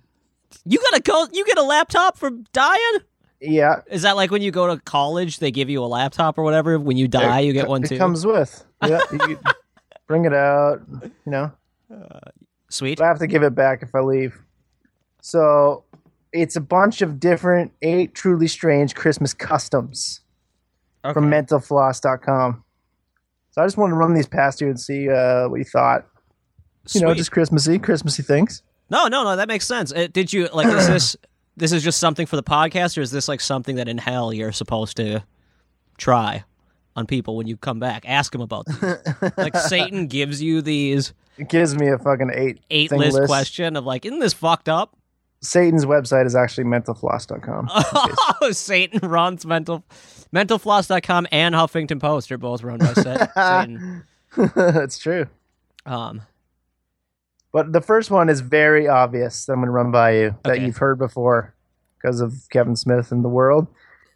you got a go. You get a laptop from dying. Yeah, Is that like when you go to college, they give you a laptop or whatever? When you die, you get one it too. comes with. Yeah, you could bring it out. You know, Sweet. but I have to give it back if I leave. So it's a bunch of different eight truly strange Christmas customs from mentalfloss.com. So I just wanted to run these past you and see uh, what you thought. You know, Sweet. just Christmassy, Christmassy things. No, no, no. That makes sense. Uh, did you like? Is this this is just something for the podcast, or is this like something that in hell you're supposed to try on people when you come back? Ask them about. These. like Satan gives you these It gives me a fucking eight eight thing list, question of like, isn't this fucked up? Satan's website is actually mentalfloss.com. Oh, Satan runs mental mentalfloss.com and Huffington Post are both run by Sa- Satan. That's true. Um, But the first one is very obvious that I'm going to run by you that Okay. you've heard before because of Kevin Smith and the world.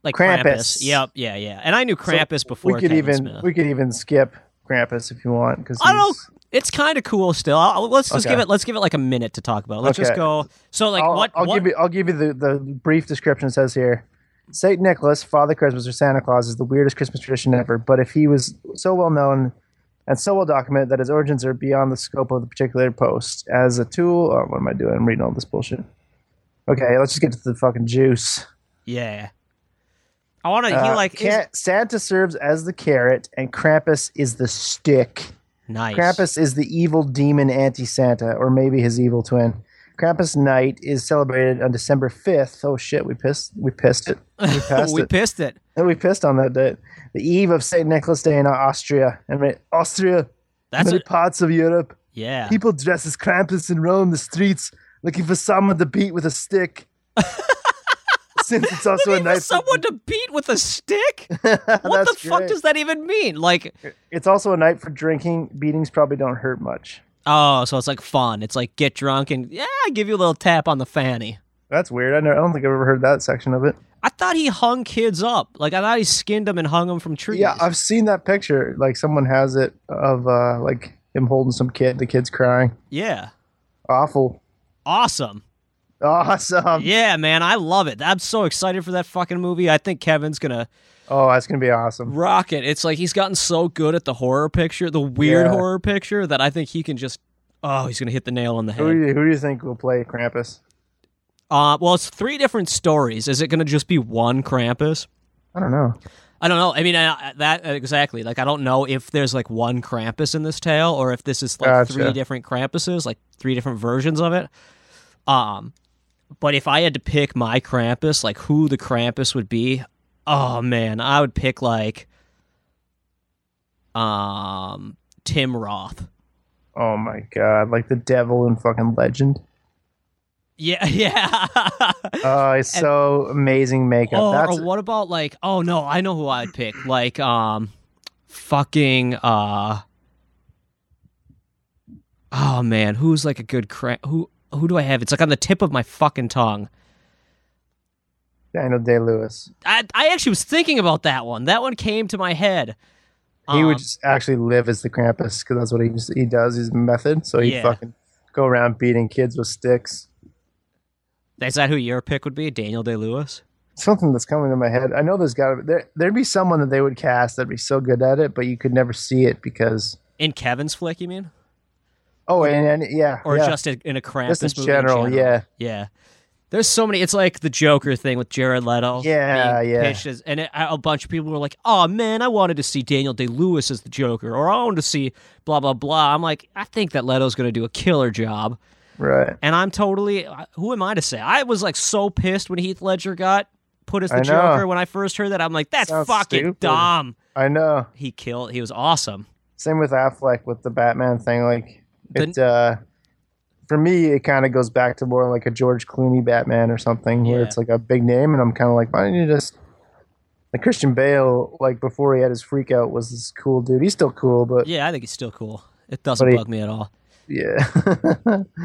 like Krampus. Krampus. Yep. Yeah. Yeah. And I knew Krampus before. we could Kevin even Smith. we could even skip Krampus if you want because I don't. It's kind of cool still. I'll, let's just give Okay. it. Let's give it like a minute to talk about. it. Let's just Okay. go. So like I'll, what? I'll what- give you I'll give you the, the brief description it says here. Saint Nicholas, Father Christmas, or Santa Claus is the weirdest Christmas tradition ever. But if he was so well known and so well documented that his origins are beyond the scope of the particular post, as a tool, oh, what am I doing? I'm reading all this bullshit. Okay, let's just get to the fucking juice. Yeah. I want to. he Uh, like is, Ca- Santa serves as the carrot, and Krampus is the stick. nice. Krampus is the evil demon anti Santa, or maybe his evil twin. Krampus Night is celebrated on December 5th. Oh shit, we pissed we pissed it. We passed Oh, we it. pissed it. And we pissed on that date. The eve of St. Nicholas Day in Austria. I mean, Austria, That's many a, parts of Europe. yeah. People dress as Krampus and roam the streets looking for someone to beat with a stick. Since it's also a Even night for- someone to beat with a stick. what the That's fuck great. does that even mean? Like, it's also a night for drinking. Beatings probably don't hurt much. oh, so it's like fun. It's like get drunk and yeah, give you a little tap on the fanny. That's weird. I, never, I don't think I've ever heard that section of it. I thought he hung kids up. Like I thought he skinned them and hung them from trees. Yeah, I've seen that picture. Like someone has it of uh like him holding some kid, the kid's crying. yeah. Awful. Awesome. Awesome. Yeah, man, I love it. I'm so excited for that fucking movie. I think Kevin's gonna Oh, that's gonna be awesome. rock it. It's like he's gotten so good at the horror picture, the weird Yeah. horror picture, that I think he can just. Oh, he's gonna hit the nail on the Who head. do, you, who do you think will play Krampus? Uh, well, it's three different stories. Is it gonna just be one Krampus? I don't know. I don't know. I mean, I, I- that exactly. Like, I don't know if there's like one Krampus in this tale, or if this is like Gotcha. three different Krampuses, like three different versions of it. Um, but if I had to pick my Krampus, like who the Krampus would be, oh man, I would pick like, um, Tim Roth. Oh my god, like the devil in fucking legend. Yeah, yeah. Oh, it's so amazing makeup. or, that's Oh, or what about like? Oh no, I know who I'd pick. Like, um, fucking uh. Oh man, who's like a good cra- who? Who do I have? It's like on the tip of my fucking tongue. Daniel Day Lewis. I I actually was thinking about that one. That one came to my head. He Um, would just actually live as the Krampus because that's what he just, he does. He's a method. So he Yeah. fucking go around beating kids with sticks. Is that who your pick would be? Daniel Day Lewis. something that's coming to my head. I know there's got to there there'd be someone that they would cast that'd be so good at it, but you could never see it because In Kevin's flick, you mean, oh, and, and yeah, or yeah. just in, in a Krampus Just in movie general, yeah. yeah. There's so many. It's like the Joker thing with Jared Leto. Yeah, being yeah. pitched as- and it, a bunch of people were like, "Oh man, I wanted to see Daniel Day Lewis as the Joker, or I wanted to see blah blah blah." I'm like, I think that Leto's going to do a killer job, right. and I'm totally. Who am I to say? I was like so pissed when Heath Ledger got put as the I know. Joker when I first heard that. I'm like, that's Sounds fucking stupid. dumb. I know. He killed. He was awesome. Same with Affleck with the Batman thing. Like The- it, uh, for me, it kind of goes back to more like a George Clooney Batman or something, where Yeah. it's like a big name, and I'm kind of like, why don't you just like Christian Bale? Like before he had his freak out, was this cool dude? He's still cool, but Yeah, I think he's still cool. It doesn't But he- bug me at all. yeah.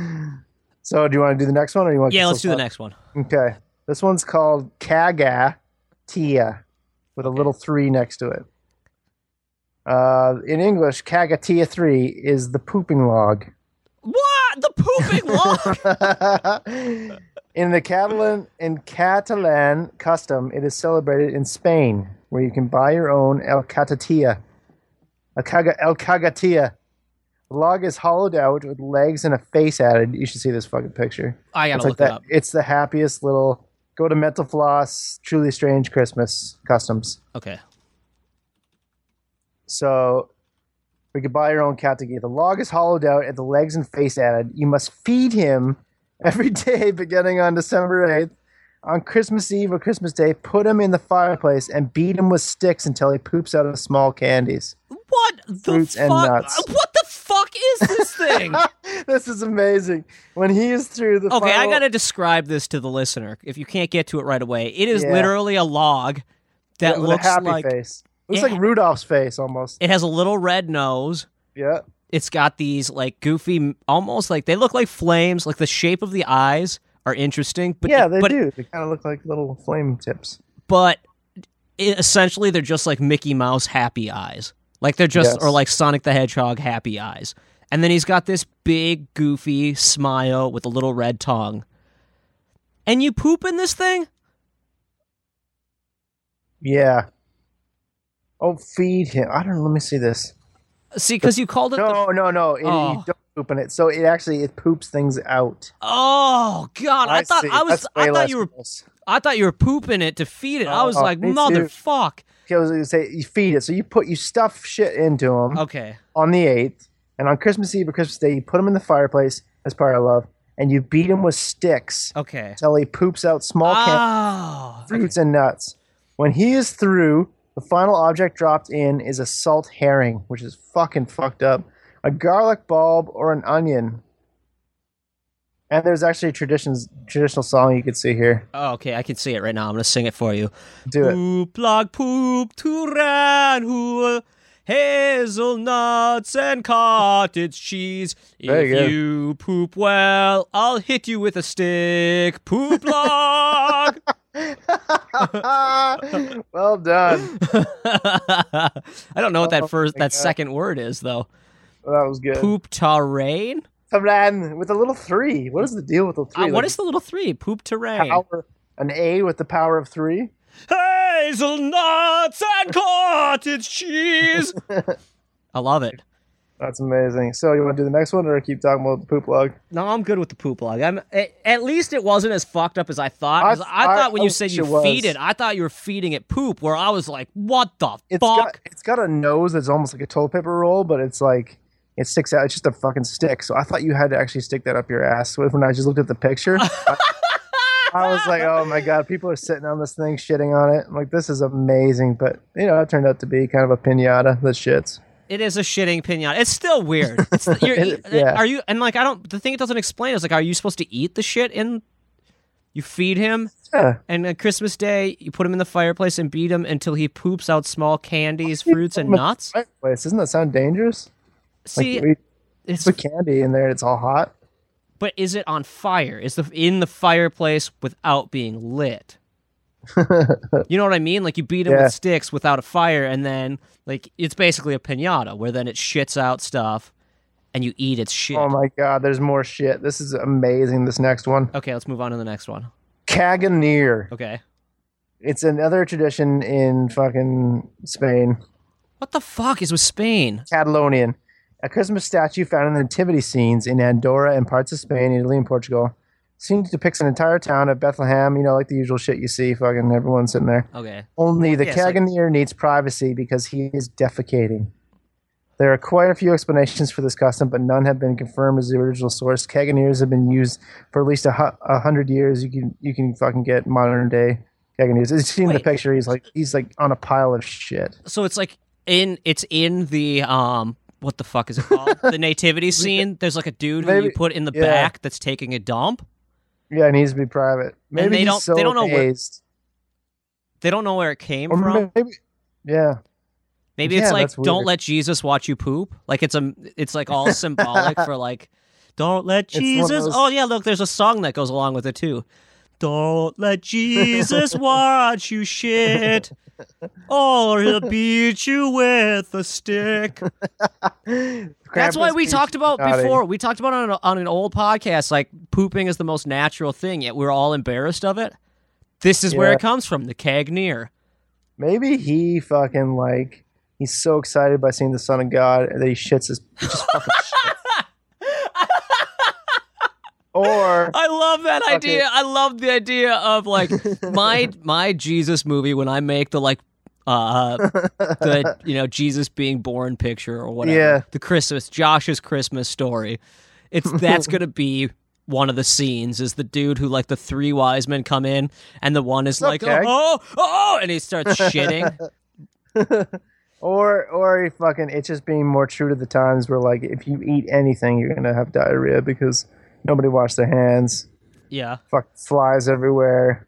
so, do you want to do the next one, or you want? Yeah, let's do the next one. Okay. This one's called Kaga Tia, with a little three next to it. Uh, in English, Kagatia 3 is the pooping log. What? The pooping log? in the Catalan in Catalan custom, it is celebrated in Spain, where you can buy your own El Catatia. El, Caga, El Cagatia. The log is hollowed out with legs and a face added. You should see this fucking picture. I gotta It's look like that. that. It's the happiest little go to Mental Floss, truly strange Christmas customs. Okay. So we could buy your own cat to get. The log is hollowed out and the legs and face added. You must feed him every day beginning on December 8th. On Christmas Eve or Christmas Day, put him in the fireplace and beat him with sticks until he poops out of small candies. What the Fruits fuck? and nuts. What the fuck is this thing? this is amazing. When he is through the okay, I final- gotta describe this to the listener. If you can't get to it right away, it is Yeah. literally a log that with looks a happy like face. Looks Yeah. like Rudolph's face almost. it has a little red nose. Yeah. It's got these like goofy, almost like they look like flames. Like the shape of the eyes are interesting, but yeah, they but, do. They kind of look like little flame tips. But it, essentially, they're just like Mickey Mouse happy eyes. Like they're just Yes. or like Sonic the Hedgehog happy eyes. And then he's got this big goofy smile with a little red tongue. And you poop in this thing? Yeah. Oh, feed him. I don't. Let me see this. See, because you called it. The, No, no, no. It, Oh. You don't poop in it. So it actually it poops things out. oh God! I, thought see. I was. That's way I thought less you were. gross. I thought you were pooping it to feed it. I was Oh, like, me too. motherfuck. Okay, I was gonna say you feed it. So you put you stuff shit into him Okay. on the eighth, and on Christmas Eve or Christmas Day you put him in the fireplace as part of love, and you beat him with sticks Okay. until he poops out small can Ah. Oh. fruits and nuts. When he is through, the final object dropped in is a salt herring, which is fucking fucked up, a garlic bulb, or an onion. And there's actually a traditions traditional song you could see here. Oh, okay, I can see it right now. I'm gonna sing it for you. Do it. Poop log poop to Ranhool. Hazelnuts and cottage cheese. There you go. If you poop well, I'll hit you with a stick. Poop log. well done. I don't know what that Oh first, my that God. second word is though. That was good. Poop terrain. Tabran with a little three. What is the deal with the Uh, three? what is the little three? Poop terrain. Like, power? An A with the power of three? Hazelnuts and cottage cheese. I love it. That's amazing. So you want to do the next one or keep talking about the poop log? No, I'm good with the poop log. I'm a- at least it wasn't as fucked up as I thought. 'cause I, I- I- thought when I you said wish you it was. feed it, I thought you were feeding it poop. Where I was like, what the It's got fuck? it's got a nose that's almost like a toilet paper roll, but it's like it sticks out. It's just a fucking stick. So I thought you had to actually stick that up your ass. So When I just looked at the picture, I, I was like, oh my god, people are sitting on this thing, shitting on it. I'm like, this is amazing. But you know, it turned out to be kind of a pinata that shits. It is a shitting pinata. It's still weird. It's the, you're, It- yeah. Are you and like I don't. The thing it doesn't explain is like, are you supposed to eat the shit in? You feed him, Yeah. and on Christmas Day, you put him in the fireplace and beat him until he poops out small candies, fruits, and nuts. Fireplace. Doesn't that sound dangerous? See, like we it's put candy in there, and it's all hot. but is it on fire? Is the in the fireplace without being lit? you know what I mean? Like you beat it Yeah. with sticks without a fire, and then like it's basically a pinata where then it shits out stuff, and you eat its shit. Oh my god, there's more shit. This is amazing. This next one, okay, let's move on to the next one. Caganeer. Okay, It's another tradition in fucking Spain. what the fuck is with Spain? Catalonian. A Christmas statue found in the nativity scenes in Andorra and parts of Spain, Italy, and Portugal seems depicts an entire town of Bethlehem, you know, like the usual shit you see, fucking everyone sitting there. Okay, Only the Yeah, it's like- Caganeer needs privacy because he is defecating. There are quite a few explanations for this custom, but none have been confirmed as the original source. Caganeers have been used for at least a, hu- a hundred years. You can you can fucking get modern day Caganeers. It's seen in the Wait. picture. He's like he's like on a pile of shit. so it's like in it's in the um. What the fuck is it called? the nativity scene. There's like a dude who you Maybe- put in the yeah. back that's taking a dump. Yeah, it needs to be private. Maybe they he's don't- so they don't know where- amazed. They don't know where it came Or from. maybe, yeah, Maybe Yeah, it's like that's don't weird. let Jesus watch you poop. Like it's a it's like all symbolic for like don't let one of Jesus. those- Oh yeah, look, there's a song that goes along with it too. Don't let Jesus watch you shit, or he'll beat you with a stick. That's Krampus why we beats talked about Scotty. before. We talked about on an, on an old podcast, like pooping is the most natural thing, yet we're all embarrassed of it. This is where Yeah. it comes from, the Cagneer. Maybe he fucking like he's so excited by seeing the Son of God that he shits his he just fucking shits. Or I love that Fuck idea. it. I love the idea of like my my Jesus movie when I make the like uh the you know Jesus being born picture or whatever. Yeah. The Christmas Josh's Christmas story. It's that's going to be one of the scenes is the dude who like the three wise men come in and the one is Sup, like Keg? oh, oh oh and he starts shitting. or or he fucking it's just being more true to the times where like if you eat anything you're gonna have diarrhea because nobody washed their hands. Yeah. Fuck flies everywhere.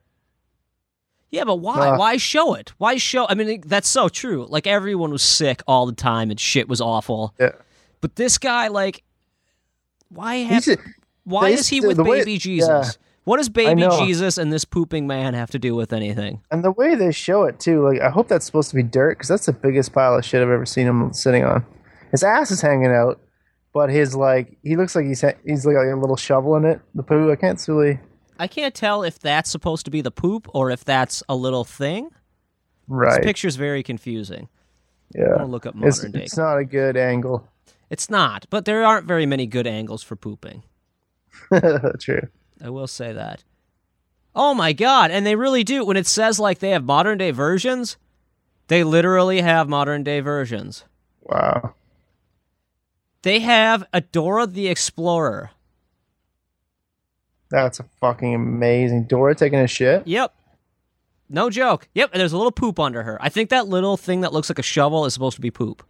Yeah, but why? Uh, why show it? Why show? I mean, it- that's so true. Like everyone was sick all the time, and shit was awful. Yeah. But this guy, like, why have? He's a- why they is he still- with the way- baby Jesus? yeah. What does baby know. Jesus and this pooping man have to do with anything? and the way they show it too, like I hope that's supposed to be dirt because that's the biggest pile of shit I've ever seen him sitting on. His ass is hanging out, but his like he looks like he's ha- he's like a little shovel in it. The poo I can't really I can't tell if that's supposed to be the poop or if that's a little thing. This right. picture's very confusing. I'm Yeah, gonna look up modern it's, day. it's not a good angle. it's not, but there aren't very many good angles for pooping. True. I will say that. Oh my god, and they really do. When it says like they have modern day versions, they literally have modern day versions. Wow. They have Adora the Explorer. That's a fucking amazing. Dora taking a shit. Yep. No joke. Yep, and there's a little poop under her. I think that little thing that looks like a shovel is supposed to be poop.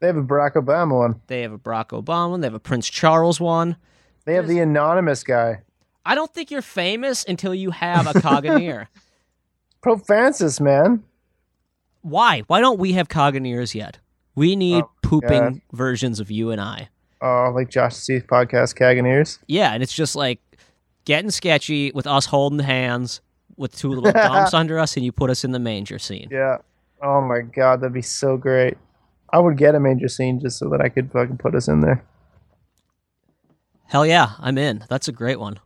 They have a Barack Obama one. They have a Barack Obama one, they have a Prince Charles one. They have the anonymous guy. I don't think you're famous until you have a Coganeer. Pope Francis, man. Why? Why don't we have Coganeers yet? We need Oh, pooping God. versions of you and I. Oh, like Josh Steve's podcast, Caganeers. Yeah, and it's just like getting sketchy with us holding hands with two little dumps under us, and you put us in the manger scene. Yeah. Oh my god, that'd be so great. I would get a major scene just so that I could fucking put us in there. Hell yeah, I'm in. That's a great one.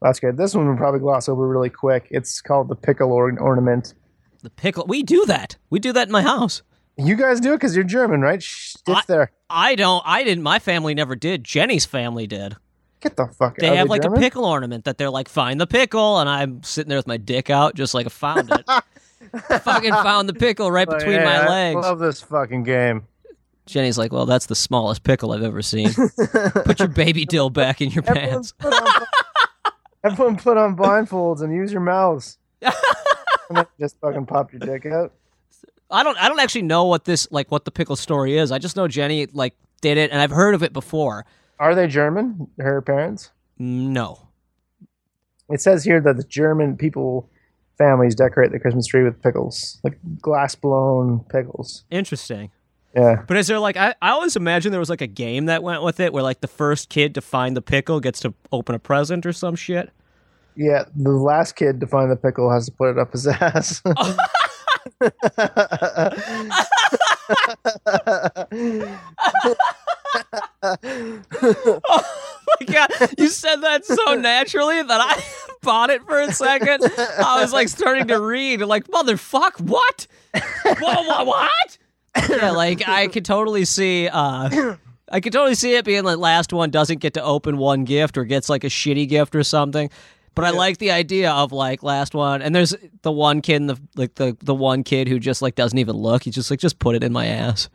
That's good. This one we'll probably gloss over really quick. It's called the pickle or- ornament. The pickle. We do that. We do that in my house. You guys do it because you're German, right? Shh, I- it's there. I don't. I didn't. My family never did. Jenny's family did. Get the fuck They out have of like German? a pickle ornament that they're like, find the pickle, and I'm sitting there with my dick out, just like I found it. Fucking found the pickle right Like, between hey, my Oh, I legs. love this fucking game. Jenny's like, well, that's the smallest pickle I've ever seen. Put your baby dill back in your Everyone pants. put, on, everyone put on blindfolds and use your mouths. and then just fucking pop your dick out. I don't I don't actually know what this like what the pickle story is. I just know Jenny like did it and I've heard of it before. Are they German? Her parents? No. It says here that the German people families decorate the Christmas tree with pickles, like glass blown pickles. Interesting. Yeah. But is there like I, I always imagine there was like a game that went with it where like the first kid to find the pickle gets to open a present or some shit. Yeah, the last kid to find the pickle has to put it up his ass. Oh my god. You said that so naturally that I bought it for a second. I was like starting to read like motherfuck what? What what what? Yeah, like I could totally see uh I could totally see it being like last one doesn't get to open one gift or gets like a shitty gift or something. But I like the idea of like last one and there's the one kid in the like the the one kid who just like doesn't even look. He's just like just put it in my ass.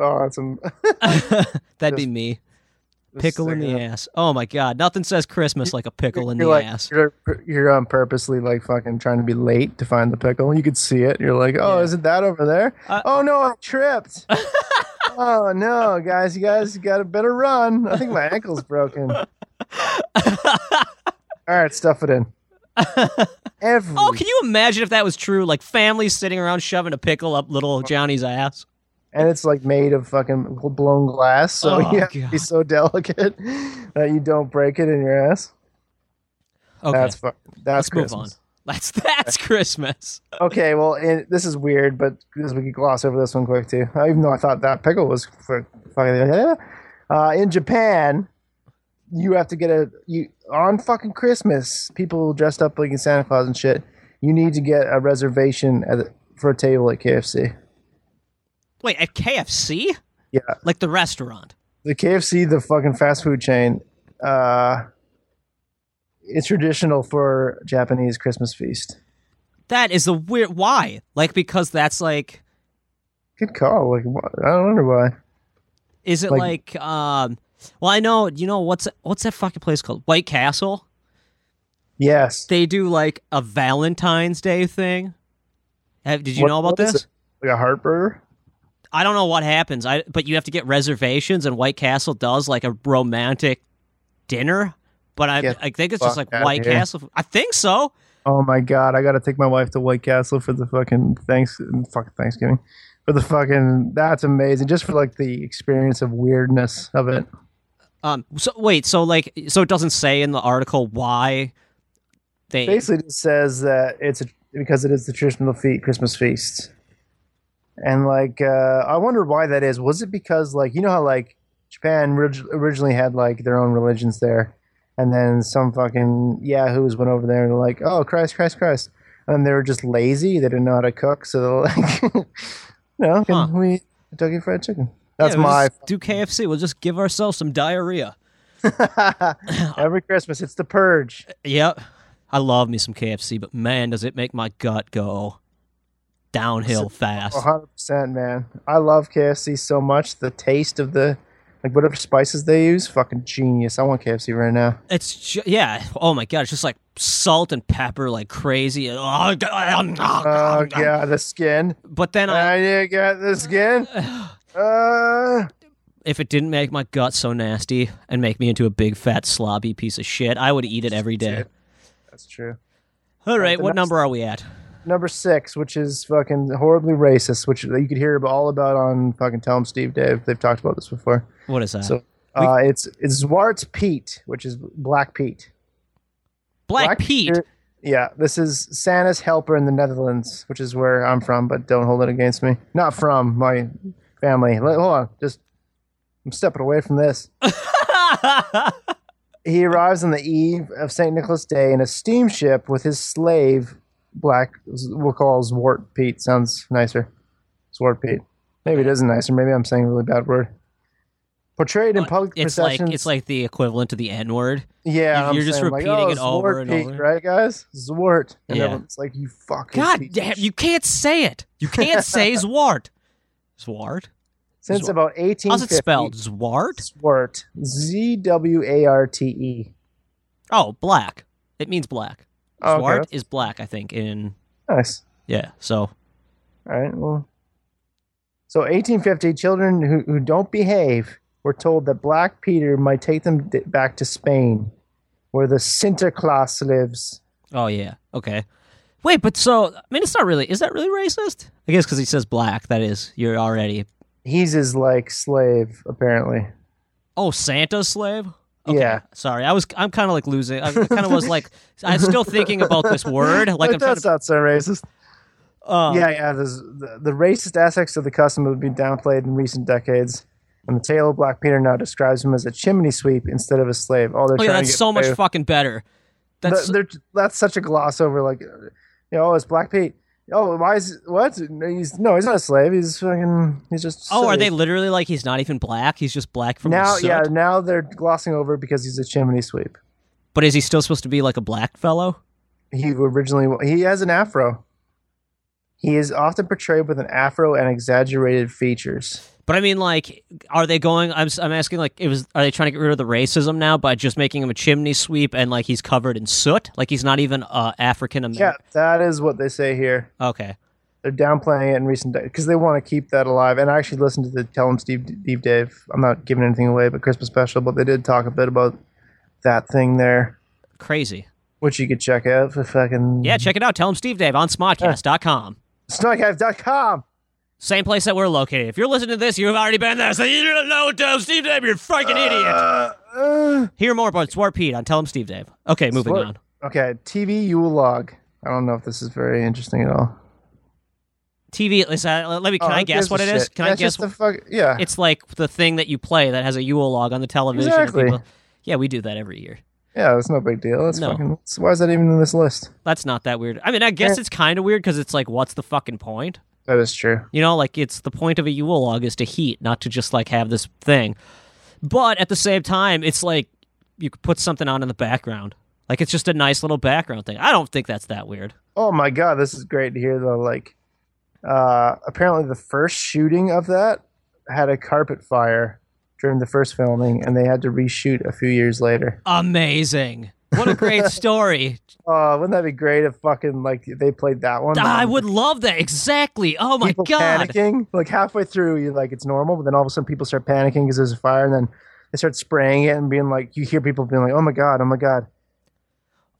oh, that's am- That'd be me. Pickle in the ass. Oh my god, nothing says Christmas like a pickle in the You're like ass. you're you're um, purposely like fucking trying to be late to find the pickle. You could see it. You're like, oh, Yeah. is it that over there? Uh, oh no, I tripped. oh no, guys, you guys got a better run. I think my ankle's broken. All right, stuff it in. Every Oh, can you imagine if that was true? Like families sitting around shoving a pickle up little Johnny's ass. and it's like made of fucking blown glass, so Oh, you have to be God. so delicate that you don't break it in your ass. Okay, That's fu- that's let's move Christmas. on. That's that's Christmas. Okay, well, and this is weird, but this, we could gloss over this one quick too. Uh, Even though I thought that pickle was for fucking. Uh, in Japan, you have to get a you on fucking Christmas. People dressed up like in Santa Claus and shit. You need to get a reservation at the, for a table at KFC. Wait, at KFC? Yeah. Like the restaurant. the KFC, the fucking fast food chain, uh, it's traditional for Japanese Christmas feast. That is the weird. Why? Like because that's like. Good call. Like wh- I don't wonder why. Is it like? Like- um Well, I know. You know what's what's that fucking place called? White Castle. Yes. They do like a Valentine's Day thing. Have, did you What- know about what is this? it? Like a heart burger. I don't know what happens. I but you have to get reservations, and White Castle does like a romantic dinner. But I, Get I think it's the fuck just like outta White here. Castle. I think so. Oh my god! I gotta take my wife to White Castle for the fucking thanks, fucking Thanksgiving, for the fucking. That's amazing. Just for like the experience of weirdness of it. Um. So wait. So like. So it doesn't say in the article why they. basically just says that it's a, because it is the traditional feast, Christmas feast. And like, uh, I wonder why that is. Was it because like you know how like Japan orig- originally had like their own religions there, and then some fucking yahoos went over there and were like, oh Christ, Christ, Christ, and they were just lazy. They didn't know how to cook, so they're like, you know, can Huh. we eat Kentucky Fried Chicken? Yeah, That's we'll my just do KFC. We'll just give ourselves some diarrhea. every Christmas. It's the purge. Yep. I love me some KFC, but man, does it make my gut go downhill fast. 100% man i love kfc so much the taste of the like whatever spices they use fucking genius i want kfc right now It's ju- yeah. Oh my god, it's just like salt and pepper like crazy. Oh, God, um, oh, oh God. god the skin But then I, i didn't get the skin uh if it didn't make my gut so nasty and make me into a big fat slobby piece of shit, I would eat it every day. that's true All right, the what next- number are we at? number six which is fucking horribly racist which you could hear all about on fucking tell 'em steve dave they've talked about this before What is that? so uh, it's it's Zwart's Pete, which is Black Pete. Black, Pete. Yeah, this is Santa's helper in the Netherlands, which is where I'm from, but don't hold it against me. Not from my family. Let- Hold on, just I'm stepping away from this. He arrives on the eve of St. Nicholas Day in a steamship with his slave, Black, we'll call Zwart Pete. Sounds nicer. Zwart Pete. Maybe it isn't nicer. Maybe I'm saying a really bad word. Portrayed in public it's like processions. it's like the equivalent to the N word. yeah, you- I'm you're just saying, repeating like, oh, it over Zwart and Pete, over. right, guys? Zwart. And Yeah. everyone's like, you fucking piece God of damn, shit. you can't say it. You can't say Zwart. Zwart. since Zwart. about 1850. How's it spelled? Zwart. Zwart. Z W A R T E. Oh, black. It means black. Oh, okay. Zwart is black, I think. In Nice. yeah, so All right. Well, so 1850, children who, who don't behave were told that Black Peter might take them d- back to Spain, where the Sinterklaas lives. oh yeah, okay. Wait, but so I mean, it's not really. Is that really racist? I guess because he says black. That is, you're already. He's his like slave, apparently. Oh, Santa's slave. Okay. Yeah. Sorry, I was. I'm kind of like losing. I kind of was like. I'm still thinking about this word. Like that I'm trying does to. sound so racist. Uh, yeah, yeah. There's, the, the racist aspects of the custom have been downplayed in recent decades, and the tale of Black Peter now describes him as a chimney sweep instead of a slave. All they're Oh yeah, trying to that's get so much away- fucking better. That's Th- they're- that's such a gloss over. Like, you know, oh, it's Black Pete. Oh, why is what? No, He's no, he's not a slave. He's fucking. He's just. Oh, are silly. they literally like he's not even black? He's just black from now? the soot? Yeah, now they're glossing over because he's a chimney sweep. But is he still supposed to be like a black fellow? He originally he has an afro. He is often portrayed with an afro and exaggerated features. But I mean, like, are they going? I'm s- I'm asking, like, it was are they trying to get rid of the racism now by just making him a chimney sweep and like he's covered in soot? Like he's not even uh, African Yeah, American. that is what they say here. Okay. They're downplaying it in recent days because they want to keep that alive. And I actually listened to the Tell 'em Steve, Steve Dave. I'm not giving anything away, but Christmas special. But they did talk a bit about that thing there. Crazy. which you could check out for fucking Yeah, check it out. Tell him Steve Dave on smodcast.com. snughive.com. Same place that we're located. If you're listening to this, you've already been there, so you don't know Tell him Steve Dave, you're a freaking idiot. Uh, Hear more about Swart Pete on Tell him Steve Dave. Okay, moving Swart- on. Okay, TV Yule log. I don't know if this is very interesting at all. TV. Is that, let me. Can Oh, I who guess gives what a it is? shit? Can I That's guess? just the fuck? Yeah. it's like the thing that you play that has a Yule log on the television. and Exactly. people- yeah, we do that every year. yeah, it's no big deal. It's No. fucking. it's- why is that even in this list? That's not that weird. I mean, I guess Eh. it's kind of weird because it's like, what's the fucking point? That is true. You know, like it's the point of a Yule log is to heat, not to just like have this thing. But at the same time, it's like you could put something on in the background. Like it's just a nice little background thing. I don't think that's that weird. Oh my god, this is great to hear though. Like, uh, apparently the first shooting of that had a carpet fire during the first filming, and they had to reshoot a few years later. Amazing. What a great story. Oh, wouldn't that be great if fucking like they played that one? Um, I would love that. Exactly. Oh my people god. panicking. Like halfway through, you're like it's normal, but then all of a sudden people start panicking because there's a fire, and then they start spraying it and being like, you hear people being like, "Oh my god, oh my god."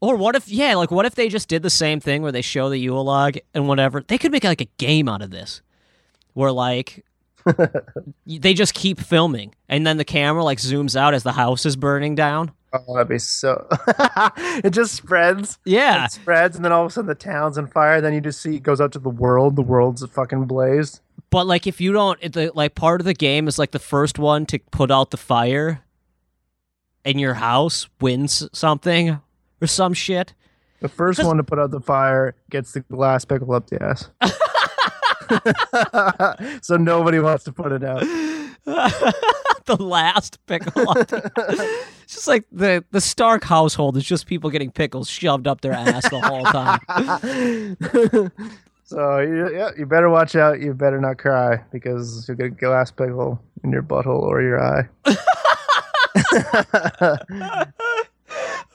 Or what if yeah, like what if they just did the same thing where they show the Yule log and whatever? They could make like a game out of this. Where like they just keep filming and then the camera like zooms out as the house is burning down. Oh, that'd be so. it just spreads. Yeah. It spreads, and then all of a sudden the town's on fire. Then you just see it goes out to the world. The world's fucking blazed. But like, if you don't, it, the, like, part of the game is like the first one to put out the fire in your house wins something or some shit. The first Because- one to put out the fire gets the glass pickle up the ass. so nobody wants to put it out. the last pickle. on the- it's just like the the Stark household is just people getting pickles shoved up their ass the whole time. So you, yeah, you better watch out. You better not cry because you'll get a glass pickle in your butthole or your eye.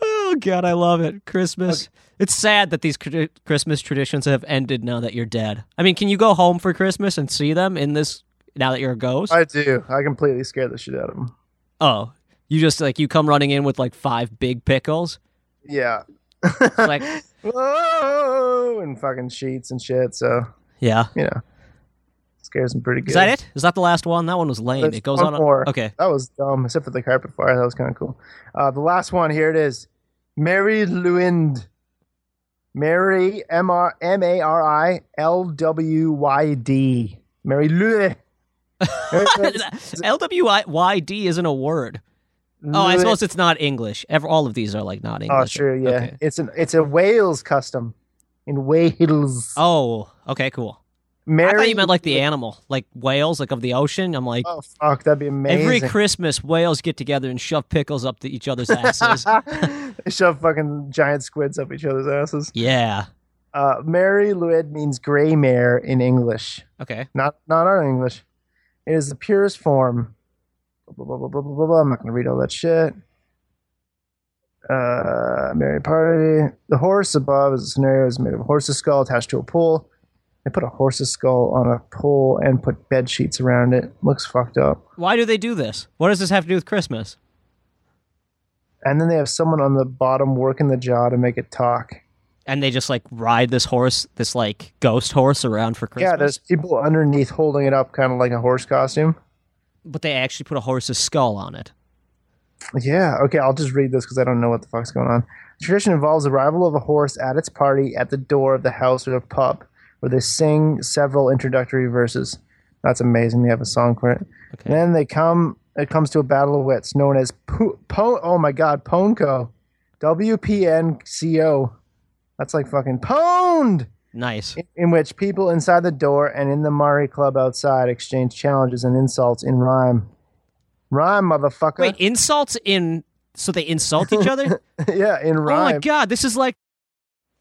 oh God, I love it. Christmas. It's sad that these cr- Christmas traditions have ended now that you're dead. I mean, can you go home for Christmas and see them in this now that you're a ghost? I do. I completely scared the shit out of him. Oh, you just like you come running in with like five big pickles. Yeah. Like, Whoa! And fucking sheets and shit. So yeah. you know, scares him pretty good. Is that it? Is that the last one? That one was lame. There's It goes one on. more. Okay. That was dumb, except for the carpet fire. That was kind of cool. Uh, the last one here it is. Mary Lewand. Mary M R M A R I L W Y D. Mary Lewand. L W I Y D isn't a word. Oh, I suppose it's not English. Ever, all of these are like not English. Oh, sure, yeah. Okay. It's an it's a Wales custom in Wales. Oh, okay, cool. Mary, I thought you meant like the animal, like whales, like of the ocean. I'm like, Oh fuck, that'd be every amazing. Christmas, whales get together and shove pickles up to each other's asses. they shove fucking giant squids up each other's asses. yeah. Uh, Mary Luid means gray mare in English. Okay. not not our English. It is the purest form. Blah, blah, blah, blah, blah, blah, blah. I'm not gonna read all that shit. Uh, Mary Party. The horse above is a scenario is made of a horse's skull attached to a pole. They put a horse's skull on a pole and put bed sheets around it. Looks fucked up. Why do they do this? What does this have to do with Christmas? And then they have someone on the bottom working the jaw to make it talk. and they just like ride this horse, this like ghost horse around for Christmas. Yeah, there's people underneath holding it up, kind of like a horse costume. but they actually put a horse's skull on it. Yeah, okay, I'll just read this because I don't know what the fuck's going on. The tradition involves the arrival of a horse at its party at the door of the house or the pub, where they sing several introductory verses. That's amazing. They have a song for it. Okay. Then they come. It comes to a battle of wits known as po- po- Oh my God, Ponco, W P N C O. That's like fucking pwned Nice. in which people inside the door and in the Mari Club outside exchange challenges and insults in rhyme. Rhyme, motherfucker. Wait, insults in so they insult each other? yeah, in oh rhyme. my god, this is like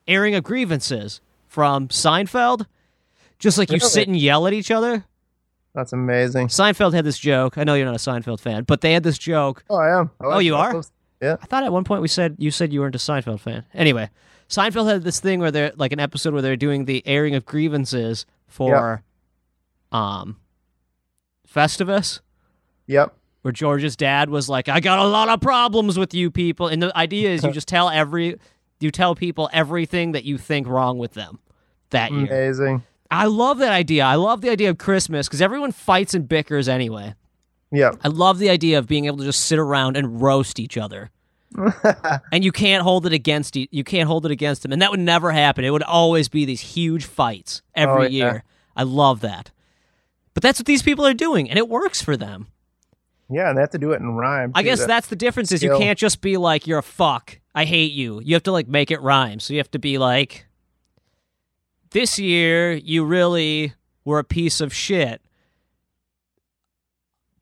airing of grievances from Seinfeld. Just like you Really? sit and yell at each other. That's amazing. Seinfeld had this joke. I know you're not a Seinfeld fan, but they had this joke. Oh, I am. I Oh, you are? those. I thought at one point we said you said you weren't a Seinfeld fan. Anyway, Seinfeld had this thing where they're like an episode where they're doing the airing of grievances for um Festivus, Yep. where George's dad was like, I got a lot of problems with you people. And the idea is you just tell every you tell people everything that you think wrong with them that Mm. year. Amazing. I love that idea. I love the idea of Christmas because everyone fights and bickers anyway. Yep. I love the idea of being able to just sit around and roast each other. and you can't hold it against e, you. You can't hold it against him, and that would never happen. It would always be these huge fights every Oh, yeah. year. I love that, but that's what these people are doing, and it works for them. Yeah, and they have to do it in rhyme. I too. guess That- that's the difference is you skill. can't just be like you're a fuck. I hate you. You have to like make it rhyme. So you have to be like this year you really were a piece of shit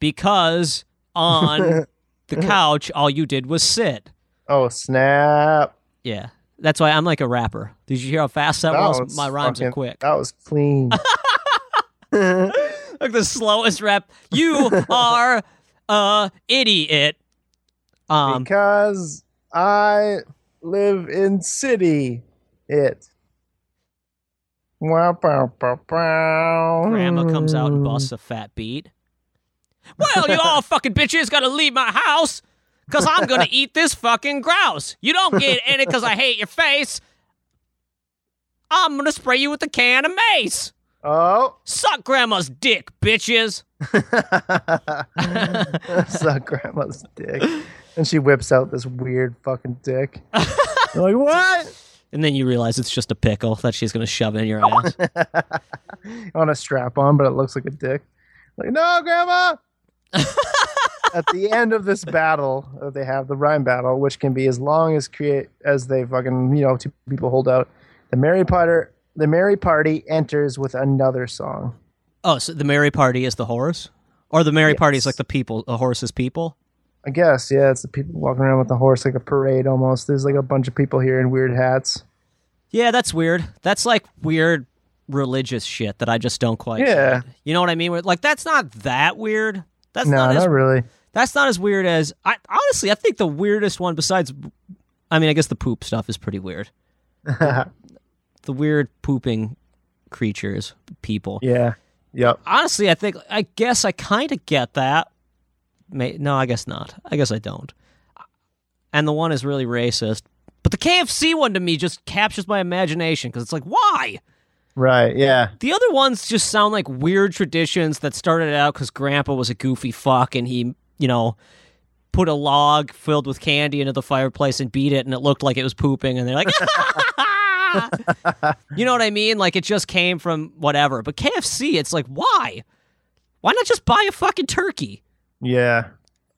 because on the couch all you did was sit. Oh snap! Yeah. That's why I'm like a rapper. Did you hear how fast that, was? My rhymes are fucking- quick. That was clean. Like the slowest rap. You are a idiot. Um because I live in city. It. Wow, pow, pow, pow. grandma comes out Oh. and busts a fat beat. Well, you all fucking bitches gotta leave my house because I'm gonna eat this fucking grouse. You don't get in it because I hate your face. I'm gonna spray you with a can of mace. Oh, Suck grandma's dick, bitches. suck grandma's dick, and she whips out this weird fucking dick. They're like, what? And then you realize it's just a pickle that she's gonna shove in your ass. on a strap on, but it looks like a dick. Like, no, grandma. At the end of this battle, uh, they have the rhyme battle, which can be as long as create as they fucking you know two people hold out. The merry potter, the merry party enters with another song. oh, so the merry party is the horse, or the merry party is Yes. like the people, a horse's people. I guess yeah, it's the people walking around with the horse like a parade almost. There's like a bunch of people here in weird hats. Yeah, that's weird. That's like weird religious shit that I just don't quite. Yeah, You know what I mean? Where- Like that's not that weird. That's no, not, not as, really. that's not as weird as I honestly I think the weirdest one besides I mean I guess the poop stuff is pretty weird. the weird pooping creatures, people. Yeah, yep. Honestly, I think I guess I kind of get that. May, no, I guess not. I guess I don't. And the one is really racist. But the KFC one to me just captures my imagination because it's like, why? Right, yeah. The other ones just sound like weird traditions that started out because Grandpa was a goofy fuck and he, you know, put a log filled with candy into the fireplace and beat it, and it looked like it was pooping, and they're like, you know what I mean? Like it just came from whatever. But KFC, it's like, why? Why not just buy a fucking turkey? Yeah.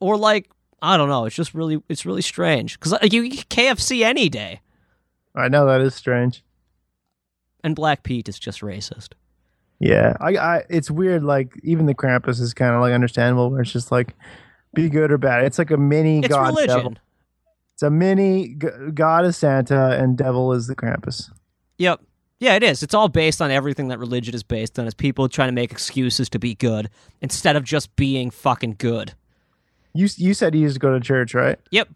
Or like, I don't know. It's just really, it's really strange because you you get KFC any day, I know that is strange. and Black Pete is just racist. Yeah, I, I, it's weird. Like even the Krampus is kind of like understandable, where it's just like, be good or bad. It's like a mini It's god religion. devil. It's a mini g- god is Santa and devil is the Krampus. Yep. Yeah, it is. It's all based on everything that religion is based on. It's people trying to make excuses to be good instead of just being fucking good. You s- you said you used to go to church, right? Yep.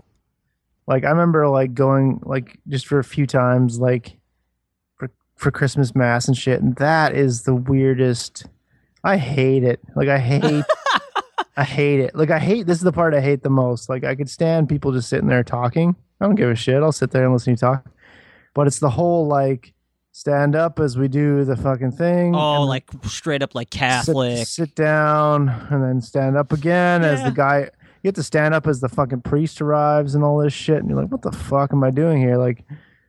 Like I remember like going like just for a few times, like for for Christmas mass and shit. And that is the weirdest. I hate it. Like I hate. I hate it. Like I hate this is the part I hate the most. Like I could stand people just sitting there talking. I don't give a shit. I'll sit there and listen to you talk. But it's the whole like stand up as we do the fucking thing. Oh, and like straight up like then sit- Catholic. Sit, down and then stand up again as Yeah. the guy you have to stand up as the fucking priest arrives and all this shit and you're like, What the fuck am I doing here? Like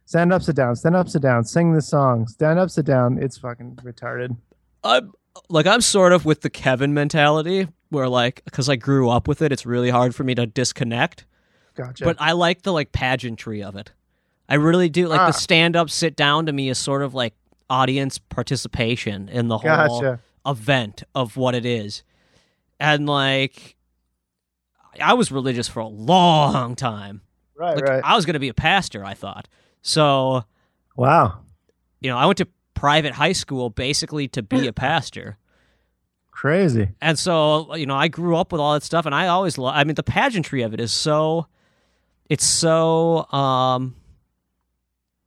stand up, sit down, stand up, sit down, sing the song, stand up, sit down. It's fucking retarded. I'm like I'm sort of with the Kevin mentality where like cuz I grew up with it, it's really hard for me to disconnect, Gotcha. but I like the like pageantry of it. I really do like Ah. the stand up sit down to me is sort of like audience participation in the whole gotcha. event of what it is. And like I was religious for a long time. Right, Like right. I was going to be a pastor, I thought. So, wow. you know, I went to private high school basically to be a pastor. Crazy. And so, you know, I grew up with all that stuff and I always lo- I mean the pageantry of it is so it's so um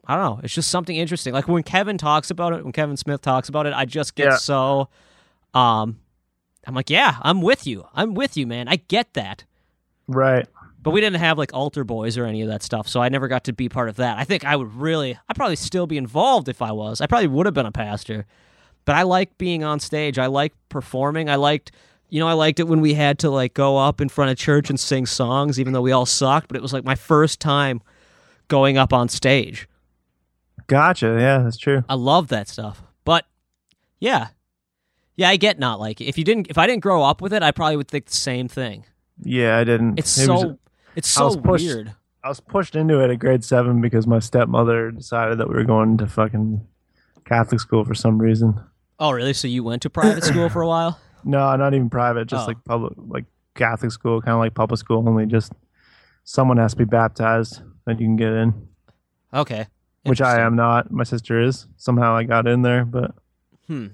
I don't know, it's just something interesting. Like when Kevin talks about it, when Kevin Smith talks about it, I just get Yeah. so um I'm like, yeah, I'm with you. I'm with you, man. I get that. Right. But we didn't have like altar boys or any of that stuff, so I never got to be part of that. I think I would really, I'd probably still be involved if I was. I probably would have been a pastor, but I like being on stage. I like performing. I liked You know, I liked it when we had to like go up in front of church and sing songs, even though we all sucked. But it was like my first time going up on stage. Gotcha. Yeah, that's true. I love that stuff. But yeah, yeah, I get not like it. if you didn't if I didn't grow up with it, I probably would think the same thing. Yeah, I didn't. It's It so was- it's I was so pushed- weird. I was pushed into it at grade seven because my stepmother decided that we were going to fucking Catholic school for some reason. Oh, really? So you went to private school for a while? No, not even private, just Oh. like public, like Catholic school, kind of like public school, only just someone has to be baptized that you can get in, Okay. which I Interesting. am not. My sister is. Somehow I got in there, but Hmm.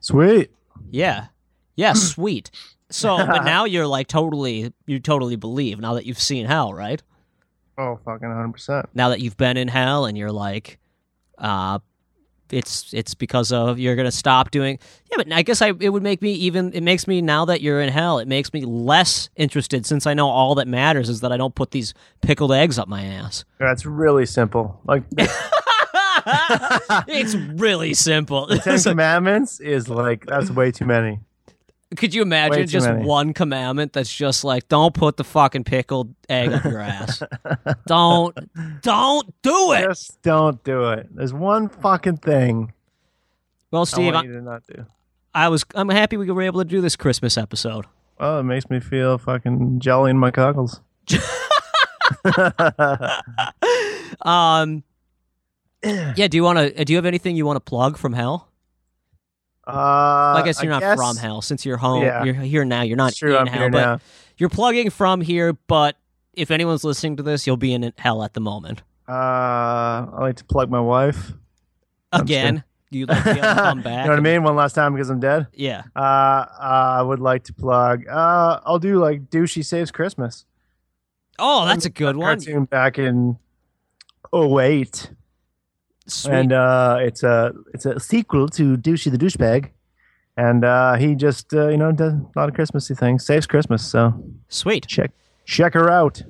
sweet. Yeah. Yeah, sweet. So, but now you're like totally you totally believe now that you've seen hell, right? Oh, fucking 100%. Now that you've been in hell and you're like uh it's it's because of you're going to stop doing Yeah, but I guess I it would make me even it makes me now that you're in hell, it makes me less interested since I know all that matters is that I don't put these pickled eggs up my ass. That's really simple. Like, the it's really simple. Ten Commandments is like, that's way too many. Could you imagine Way too just many. one commandment that's just like, don't put the fucking pickled egg up your ass. don't, don't do it. Just don't do it. There's one fucking thing well, Steve, I I, want you to not do. I was, I'm happy we were able to do this Christmas episode. Well, it makes me feel fucking jelly in my cockles. Um, yeah. Do you want to? Do you have anything you want to plug from hell? Uh, I guess you're not guess- from hell since you're home. yeah. You're here now. You're not It's true, in I'm hell, here but now. you're plugging from here. But if anyone's listening to this, you'll be in hell at the moment. Uh, I like to plug my wife. Again, you like be able to come you back. know what I and- mean? One last time because I'm dead. Yeah. Uh, uh, I would like to plug. Uh, I'll do like "Do She Saves Christmas" Oh, that's a good one. cartoon back in 08. Sweet. and uh, it's a it's a sequel to Douchey the Douchebag, and uh, he just uh, you know does a lot of Christmassy things. Saves Christmas, so Sweet. check check her out.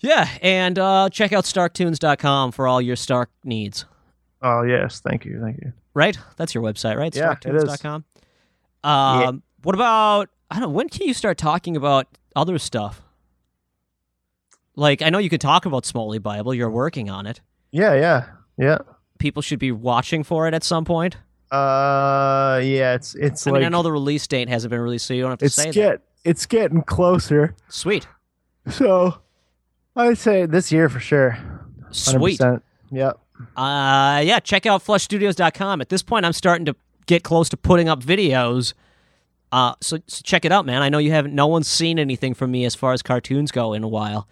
Yeah, and uh, check out starktunes.com for all your Stark needs. Oh yes, thank you, thank you. Right? That's your website, right? Yeah, it is. starktunes.com. Um, What about, I don't know, when can you start talking about other stuff? Like, I know you could talk about Smolley Bible. You're working on it. Yeah, yeah, yeah. People should be watching for it at some point. Uh, yeah, it's it's I like mean, I know the release date hasn't been released, so you don't have to it's say get it's getting closer. that. Sweet. So I'd say this year for sure. Sweet. 100%. Yep. Uh, yeah, check out flushstudios.com. At this point, I'm starting to get close to putting up videos. Uh, so, so check it out, man. I know you haven't, no one's seen anything from me as far as cartoons go in a while.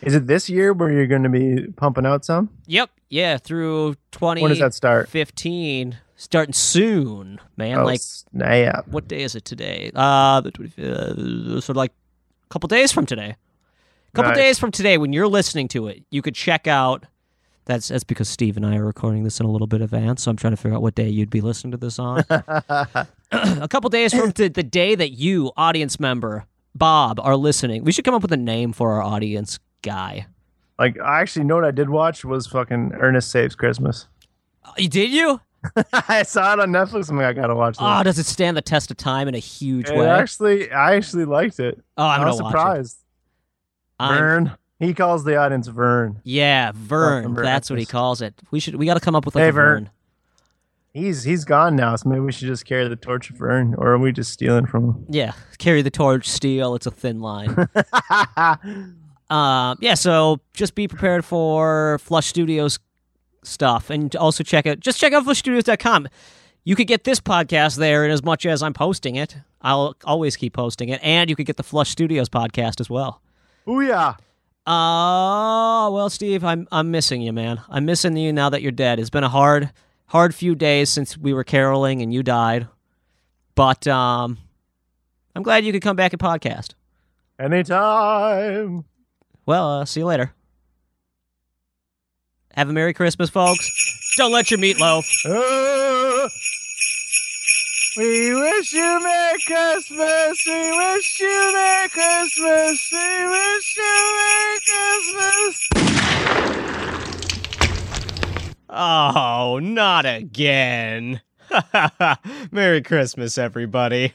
Is it this year where you're going to be pumping out some? Yep. Yeah. Through 20. When does that start? 15. Starting soon, man. Oh, like, snap. what day is it today? Uh, the 25th. So, like, a couple days from today. A couple Nice. days from today, when you're listening to it, you could check out. That's, that's because Steve and I are recording this in a little bit advance, so I'm trying to figure out what day you'd be listening to this on. a couple days from the, the day that you, audience member Bob, are listening, we should come up with a name for our audience guy. Like I actually know what I did watch was fucking Ernest Saves Christmas. Uh, Did you? I saw it on Netflix. I'm like, I gotta watch Oh, this. does it stand the test of time in a huge And way? actually, I actually liked it. oh, I'm I was gonna watch it. surprised. I'm- Vern. He calls the audience Vern. yeah, Vern. Remember That's what he this. calls it. We should. We got to come up with like Hey, a Vern. Vern. He's he's gone now, so maybe we should just carry the torch of Vern, or are we just stealing from him? Yeah, carry the torch, steal. It's a thin line. uh, yeah, so just be prepared for Flush Studios stuff, and also check out just check out flushstudios.com. You could get this podcast there, and as much as I'm posting it, I'll always keep posting it, and you could get the Flush Studios podcast as well. Oh yeah. Uh, well, Steve, I'm I'm missing you, man. I'm missing you now that you're dead. It's been a hard, hard few days since we were caroling and you died, but um, I'm glad you could come back and podcast. Anytime. Well, uh, see you later. Have a Merry Christmas, folks. Don't let your meatloaf. Oh, we wish you Merry Christmas. We wish you Merry Christmas. We wish you Merry Christmas. Oh, not again. Merry Christmas, everybody.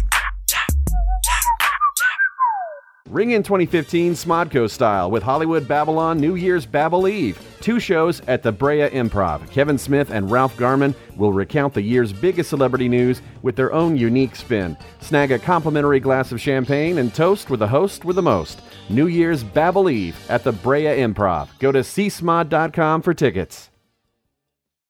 Ring in 2015 Smodco style with Hollywood Babylon New Year's Babble Eve. Two shows at the Brea Improv. Kevin Smith and Ralph Garman will recount the year's biggest celebrity news with their own unique spin. Snag a complimentary glass of champagne and toast with the host with the most. New Year's Babble Eve at the Brea Improv. Go to csmod.com for tickets.